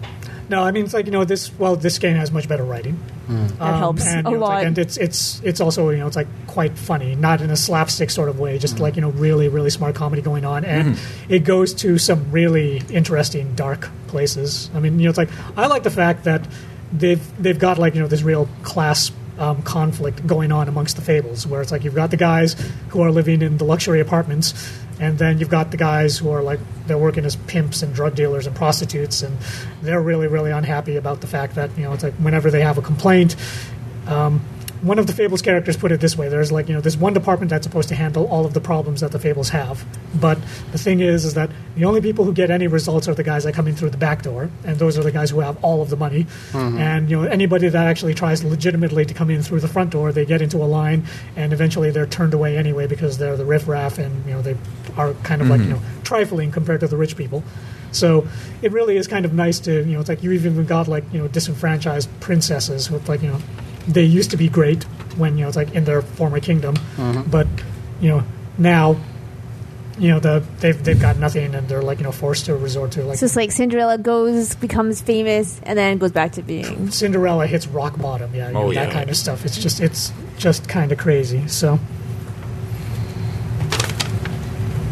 Speaker 2: No, I mean it's like you know this. Well, this game has much better writing.
Speaker 1: That helps
Speaker 2: Um, and,
Speaker 1: a
Speaker 2: you know, it's like-
Speaker 1: lot.
Speaker 2: and it's it's it's also you know it's like quite funny, not in a slapstick sort of way, just like you know really really smart comedy going on, and it goes to some really interesting dark places. I mean you know it's like I like the fact that they've they've got like you know this real class. Um, conflict going on amongst the fables, where it's like you've got the guys who are living in the luxury apartments, and then you've got the guys who are like they're working as pimps and drug dealers and prostitutes, and they're really really unhappy about the fact that you know it's like whenever they have a complaint. Um, one of the Fables characters put it this way: There's like you know, there's one department that's supposed to handle all of the problems that the Fables have, but the thing is, is that the only people who get any results are the guys that come in through the back door, and those are the guys who have all of the money. And you know, anybody that actually tries legitimately to come in through the front door, they get into a line, and eventually they're turned away anyway because they're the riffraff, and you know, they are kind of like you know, trifling compared to the rich people. So it really is kind of nice to you know, it's like you even got like you know, disenfranchised princesses with like you know they used to be great when you know it's like in their former kingdom,
Speaker 3: Mm-hmm.
Speaker 2: but you know now, you know the they've they've got nothing and they're like you know forced to resort to like
Speaker 1: It's just like Cinderella goes, becomes famous, and then goes back to being.
Speaker 2: Cinderella hits rock bottom, yeah, you know,
Speaker 3: Oh,
Speaker 2: that
Speaker 3: yeah.
Speaker 2: kind of stuff. It's just it's just kind of crazy. So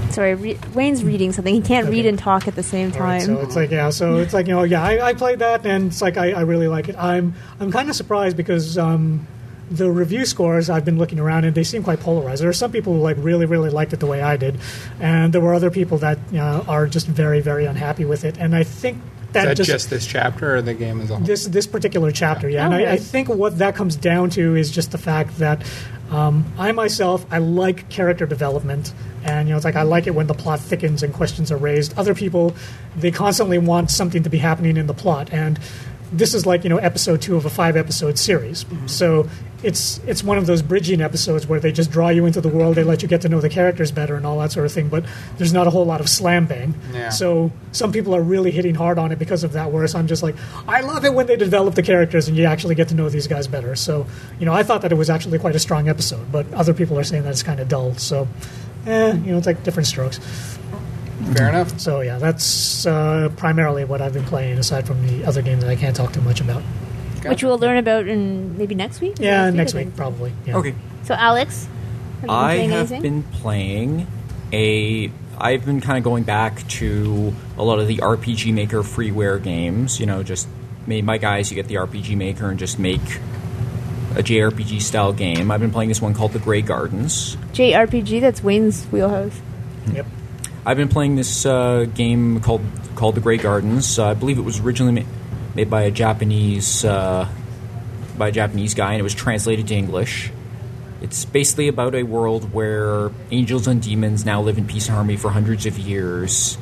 Speaker 1: Sorry, re- Wayne's reading something. He can't
Speaker 2: Okay.
Speaker 1: read and talk at the same
Speaker 2: All right,
Speaker 1: time.
Speaker 2: so it's like yeah, so it's like you know yeah, I, I played that and it's like I, I really like it. I'm I'm kind of surprised because um, the review scores I've been looking around and they seem quite polarized. There are some people who like really really liked it the way I did, and there were other people that you know, are just very very unhappy with it. And I think that,
Speaker 4: Is that just,
Speaker 2: just
Speaker 4: this chapter or the game as a whole?
Speaker 2: this this particular chapter. Yeah, and I, I think what that comes down to is just the fact that um, I myself I like character development, and you know it's like I like it when the plot thickens and questions are raised. Other people they constantly want something to be happening in the plot, and this is like you know episode two of a five episode series. So it's it's one of those bridging episodes where they just draw you into the world, they let you get to know the characters better and all that sort of thing. But there's not a whole lot of slam bang.
Speaker 4: Yeah.
Speaker 2: So so some people are really hitting hard on it because of that. Whereas I'm just like, I love it when they develop the characters and you actually get to know these guys better. So, you know, I thought that it was actually quite a strong episode, but other people are saying that it's kind of dull. So, eh, you know, it's like different strokes.
Speaker 4: Fair enough.
Speaker 2: So yeah, that's uh, primarily what I've been playing, aside from the other game that I can't talk too much about.
Speaker 1: which we'll learn about in maybe next week.
Speaker 2: Yeah,
Speaker 1: I
Speaker 2: next
Speaker 1: think.
Speaker 2: week probably. Yeah.
Speaker 3: Okay.
Speaker 1: So Alex, have you been
Speaker 3: I
Speaker 1: playing
Speaker 3: have
Speaker 1: anything?
Speaker 3: been playing a. I've been kind of going back to a lot of the RPG Maker freeware games. You know, just made my guys. You get the RPG Maker and just make a JRPG style game. I've been playing this one called The Grey Gardens.
Speaker 1: JRPG. That's Wayne's wheelhouse.
Speaker 2: Yep.
Speaker 3: I've been playing this uh, game called called The Grey Gardens. Uh, I believe it was originally ma- made by a Japanese uh, by a Japanese guy, and it was translated to English. It's basically about a world where angels and demons now live in peace and harmony for hundreds of years,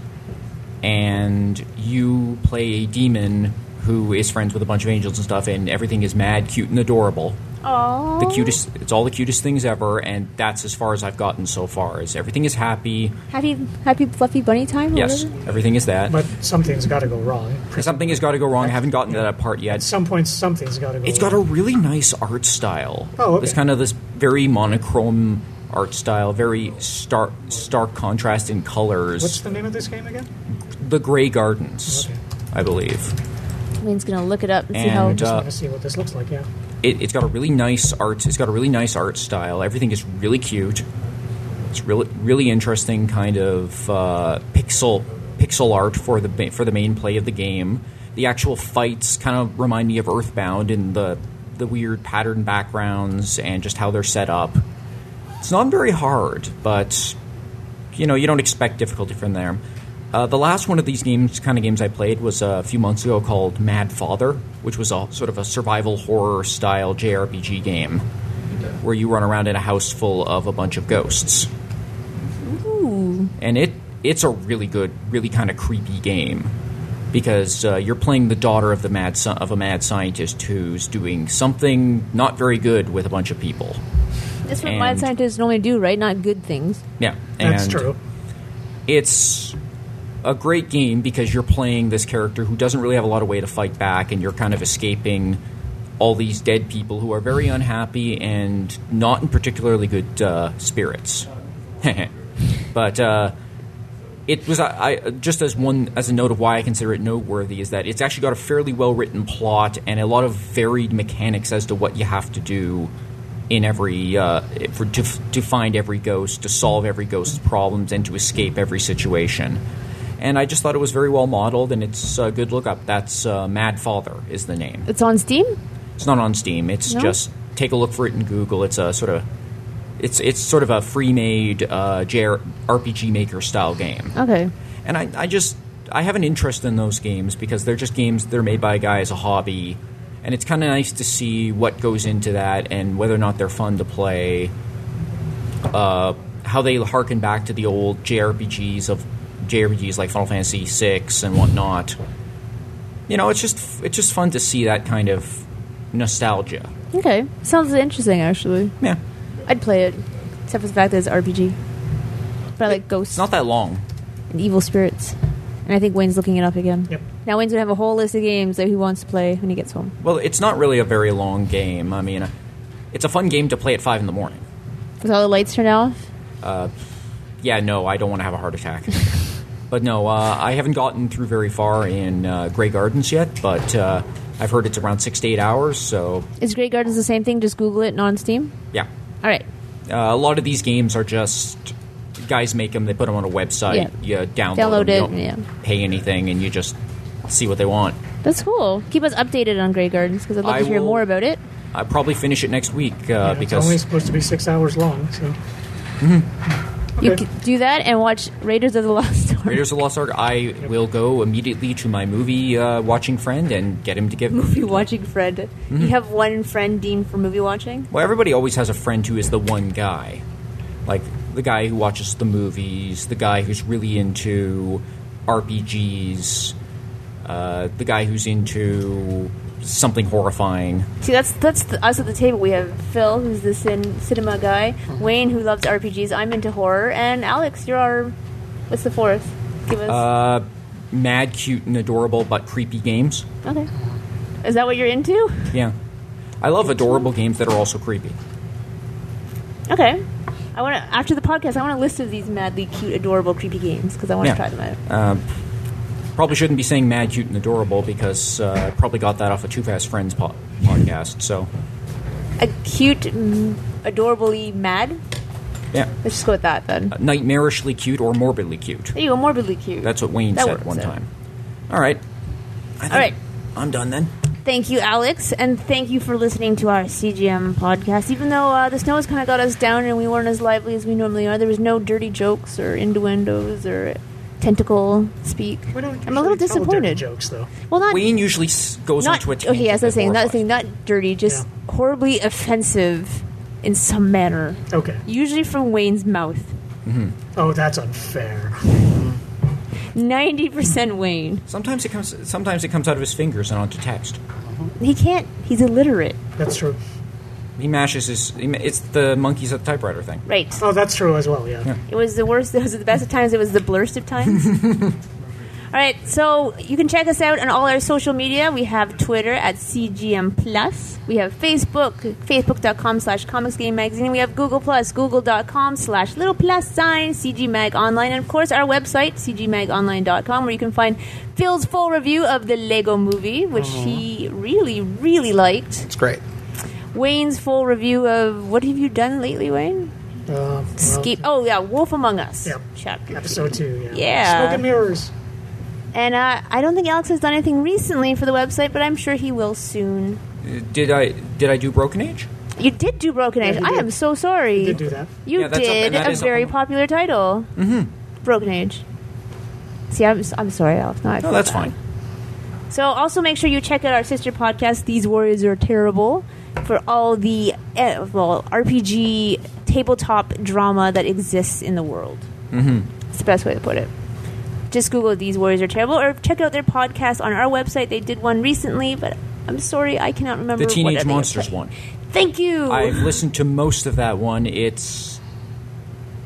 Speaker 3: and you play a demon who is friends with a bunch of angels and stuff, and everything is mad, cute, and adorable
Speaker 1: Oh,
Speaker 3: the cutest it's all the cutest things ever and that's as far as i've gotten so far is everything is happy
Speaker 1: happy happy fluffy bunny time. or
Speaker 3: yes
Speaker 1: whatever?
Speaker 3: everything is that
Speaker 2: But something's got to go wrong.
Speaker 3: something has got to go wrong i haven't gotten to that part
Speaker 2: At
Speaker 3: yet
Speaker 2: some point, something's got to go.
Speaker 3: it's
Speaker 2: wrong.
Speaker 3: got a really nice art style
Speaker 2: Oh, okay.
Speaker 3: it's kind of this very monochrome art style very stark stark contrast in colors
Speaker 2: What's the name of this game again?
Speaker 3: the gray gardens
Speaker 2: Okay.
Speaker 3: i believe
Speaker 1: Wayne's gonna look it up and, see
Speaker 3: And,
Speaker 2: Just
Speaker 1: how.
Speaker 3: uh,
Speaker 2: want to see what this looks like. Yeah.
Speaker 3: it, it's got a really nice art. It's got a really nice art style. Everything is really cute. It's really really interesting kind of uh, pixel pixel art for the ba- for the main play of the game. The actual fights kind of remind me of Earthbound in the the weird pattern backgrounds and just how they're set up. It's not very hard, but you know you don't expect difficulty from there. Uh, the last one of these games, kind of games I played, was a few months ago called Mad Father, which was a sort of a survival horror style JRPG game where you run around in a house full of a bunch of ghosts. And it it's a really good, really kind of creepy game because uh, you're playing the daughter of the mad sci- of a mad scientist who's doing something not very good with a bunch of people.
Speaker 1: That's what
Speaker 3: and-
Speaker 1: mad scientists normally do, right? Not good things.
Speaker 3: Yeah,
Speaker 2: That's
Speaker 3: and
Speaker 2: true.
Speaker 3: it's a great game because you're playing this character who doesn't really have a lot of way to fight back and you're kind of escaping all these dead people who are very unhappy and not in particularly good uh, spirits but uh, it was uh, I, I just as one as a note of why I consider it noteworthy is that it's actually got a fairly well written plot and a lot of varied mechanics as to what you have to do in every uh, for, to, to find every ghost, to solve every ghost's problems, and to escape every situation. And I just thought it was very well modeled, and it's a good look up. That's uh, Mad Father is the name.
Speaker 1: It's on Steam.
Speaker 3: It's not on Steam. It's
Speaker 1: No?
Speaker 3: just take a look for it in Google. It's a sort of It's it's sort of a free-made uh, JR, RPG Maker style game,
Speaker 1: Okay.
Speaker 3: and I, I just I have an interest in those games because they're just games that are made by a guy as a hobby, and it's kind of nice to see what goes into that and whether or not they're fun to play. Uh, how they harken back to the old JRPGs of JRPGs like Final Fantasy VI and whatnot. You know, it's just it's just fun to see that kind of nostalgia.
Speaker 1: Okay. Sounds interesting, actually.
Speaker 3: Yeah.
Speaker 1: I'd play it, except for the fact that it's RPG. But I like
Speaker 3: It's
Speaker 1: ghosts
Speaker 3: not that long.
Speaker 1: and evil spirits. And I think Wayne's looking it up again.
Speaker 2: Yep.
Speaker 1: Now Wayne's gonna have a whole list of games that he wants to play when he gets home.
Speaker 3: Well, it's not really a very long game. I mean, it's a fun game to play at five in the morning.
Speaker 1: With all the lights turned off.
Speaker 3: Yeah, no, I don't want to have a heart attack. but no, uh, I haven't gotten through very far in uh, Grey Gardens yet, but uh, I've heard it's around six to eight hours. So
Speaker 1: Is Great Gardens the same thing? Just Google it, not on Steam.
Speaker 3: yeah,
Speaker 1: All right.
Speaker 3: uh, a lot of these games are just guys make them, they put them on a website, you download,
Speaker 1: Download
Speaker 3: 'em, you
Speaker 1: it,
Speaker 3: don't
Speaker 1: yeah.
Speaker 3: pay anything, and you just see what they want.
Speaker 1: That's cool. Keep us updated on Grey Gardens because I'd love
Speaker 3: I
Speaker 1: to hear
Speaker 3: will-
Speaker 1: more about it.
Speaker 3: I probably finish it next week
Speaker 2: Yeah,
Speaker 3: uh, because
Speaker 2: it's only supposed to be six hours long. So
Speaker 1: Mm-hmm. You
Speaker 2: Okay.
Speaker 1: can do that and watch Raiders of the Lost Ark.
Speaker 3: Raiders of the Lost Ark, I will go immediately to my movie uh, watching friend and get him to give.
Speaker 1: movie watching friend.
Speaker 3: Mm-hmm.
Speaker 1: You have one friend deemed for movie watching.
Speaker 3: Well, everybody always has a friend who is the one guy. Like the guy who watches the movies, the guy who's really into RPGs, uh, the guy who's into something horrifying.
Speaker 1: See, that's that's the, us at the table. We have Phil, who's the cin- cinema guy,
Speaker 3: Mm-hmm.
Speaker 1: Wayne, who loves RPGs. I'm into horror, and Alex, you're our what's the fourth? Give us
Speaker 3: Uh, mad, cute, and adorable, but creepy games.
Speaker 1: okay. Is that what you're into?
Speaker 3: Yeah. I love adorable games that are also creepy.
Speaker 1: Okay. I want to after the podcast. I want a list of these madly cute, adorable, creepy games because I want to
Speaker 3: Yeah.
Speaker 1: try
Speaker 3: Uh.
Speaker 1: them out.
Speaker 3: Um, Probably shouldn't be saying mad, cute, and adorable because uh, I probably got that off a Too Fast Friends po- podcast. So,
Speaker 1: A cute, mm, adorably mad.
Speaker 3: yeah.
Speaker 1: Let's just go with that then.
Speaker 3: Uh, Nightmarishly cute or morbidly cute.
Speaker 1: There you go, morbidly cute.
Speaker 3: That's what Wayne
Speaker 1: That
Speaker 3: said
Speaker 1: works
Speaker 3: one
Speaker 1: out.
Speaker 3: time. All right. I think
Speaker 1: right.
Speaker 3: I'm done then.
Speaker 1: Thank you, Alex, and thank you for listening to our CGM podcast. Even though uh, the snow has kind of got us down and we weren't as lively as we normally are, there was no dirty jokes or innuendos or tentacle speak.
Speaker 2: we don't
Speaker 1: I'm a little
Speaker 2: usually tell dirty
Speaker 1: disappointed.
Speaker 2: Jokes though.
Speaker 1: Well, not
Speaker 3: Wayne usually s- goes
Speaker 1: not
Speaker 3: on to a
Speaker 1: okay. Yes, that's the thing. Not the thing.
Speaker 3: thing.
Speaker 1: Not dirty. Just horribly offensive in some manner,
Speaker 2: Okay.
Speaker 1: usually from Wayne's mouth.
Speaker 2: Oh, that's unfair.
Speaker 1: Ninety percent Wayne.
Speaker 3: Sometimes it comes. Sometimes it comes out of his fingers and onto text.
Speaker 1: He can't. He's illiterate.
Speaker 2: That's true.
Speaker 3: He mashes his. he ma- It's the monkeys at the typewriter thing.
Speaker 1: Right.
Speaker 2: Oh, that's true as well. Yeah.
Speaker 1: It was the worst. It was the best of times. It was the blurst of times. all right, so you can check us out on all our social media. We have Twitter at CGM Plus. We have Facebook, facebook.com slash comics game magazine. We have Google Plus, google.com slash little plus sign CG Mag Online. And of course, our website, cgmagonline.com, where you can find Phil's full review of the Lego movie, which he really, really liked.
Speaker 4: It's great.
Speaker 1: Wayne's full review of what have you done lately, Wayne?
Speaker 2: Uh, well,
Speaker 1: Escape. Oh, yeah, Wolf Among Us.
Speaker 2: Yep.
Speaker 1: Chapter
Speaker 2: Episode two. Yeah.
Speaker 1: Yeah.
Speaker 2: Smoke and mirrors.
Speaker 1: And uh, I don't think Alex has done anything recently for the website, but I'm sure he will soon.
Speaker 3: Uh, Did I? Did I do Broken Age?
Speaker 1: You did do Broken Age.
Speaker 2: he
Speaker 1: I
Speaker 2: did.
Speaker 1: am so sorry.
Speaker 2: Did do that.
Speaker 1: You
Speaker 3: Yeah, that's up-
Speaker 1: did
Speaker 3: and that
Speaker 1: a
Speaker 3: is up
Speaker 1: very
Speaker 3: on-
Speaker 1: popular title. Mm-hmm. Broken Age. See, I'm, I'm sorry, Alex. No, I
Speaker 3: No,
Speaker 1: feel
Speaker 3: that's
Speaker 1: bad.
Speaker 3: fine.
Speaker 1: So also make sure you check out our sister podcast, These Warriors Are Terrible, for all the uh, well RPG tabletop drama that exists in the world. Mm-hmm. It's the best way to put it. Just Google These Warriors Are Terrible or check out their podcast on our website. They did one recently, but I'm sorry, I cannot remember.
Speaker 3: The
Speaker 1: what
Speaker 3: Teenage
Speaker 1: other
Speaker 3: Monsters
Speaker 1: website.
Speaker 3: one.
Speaker 1: Thank you.
Speaker 3: I've listened to most of that one. It's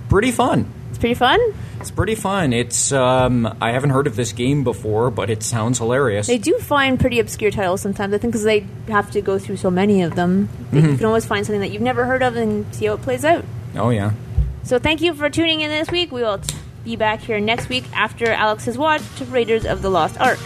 Speaker 3: pretty fun.
Speaker 1: It's pretty fun.
Speaker 3: It's pretty fun. It's. Um, I haven't heard of this game before, but it sounds hilarious.
Speaker 1: They do find pretty obscure titles sometimes, I think, because they have to go through so many of them.
Speaker 3: Mm-hmm.
Speaker 1: that You can always find something that you've never heard of and see how it plays out.
Speaker 3: oh yeah.
Speaker 1: So thank you for tuning in this week. We will t- be back here next week after Alex has watched Raiders of the Lost Ark.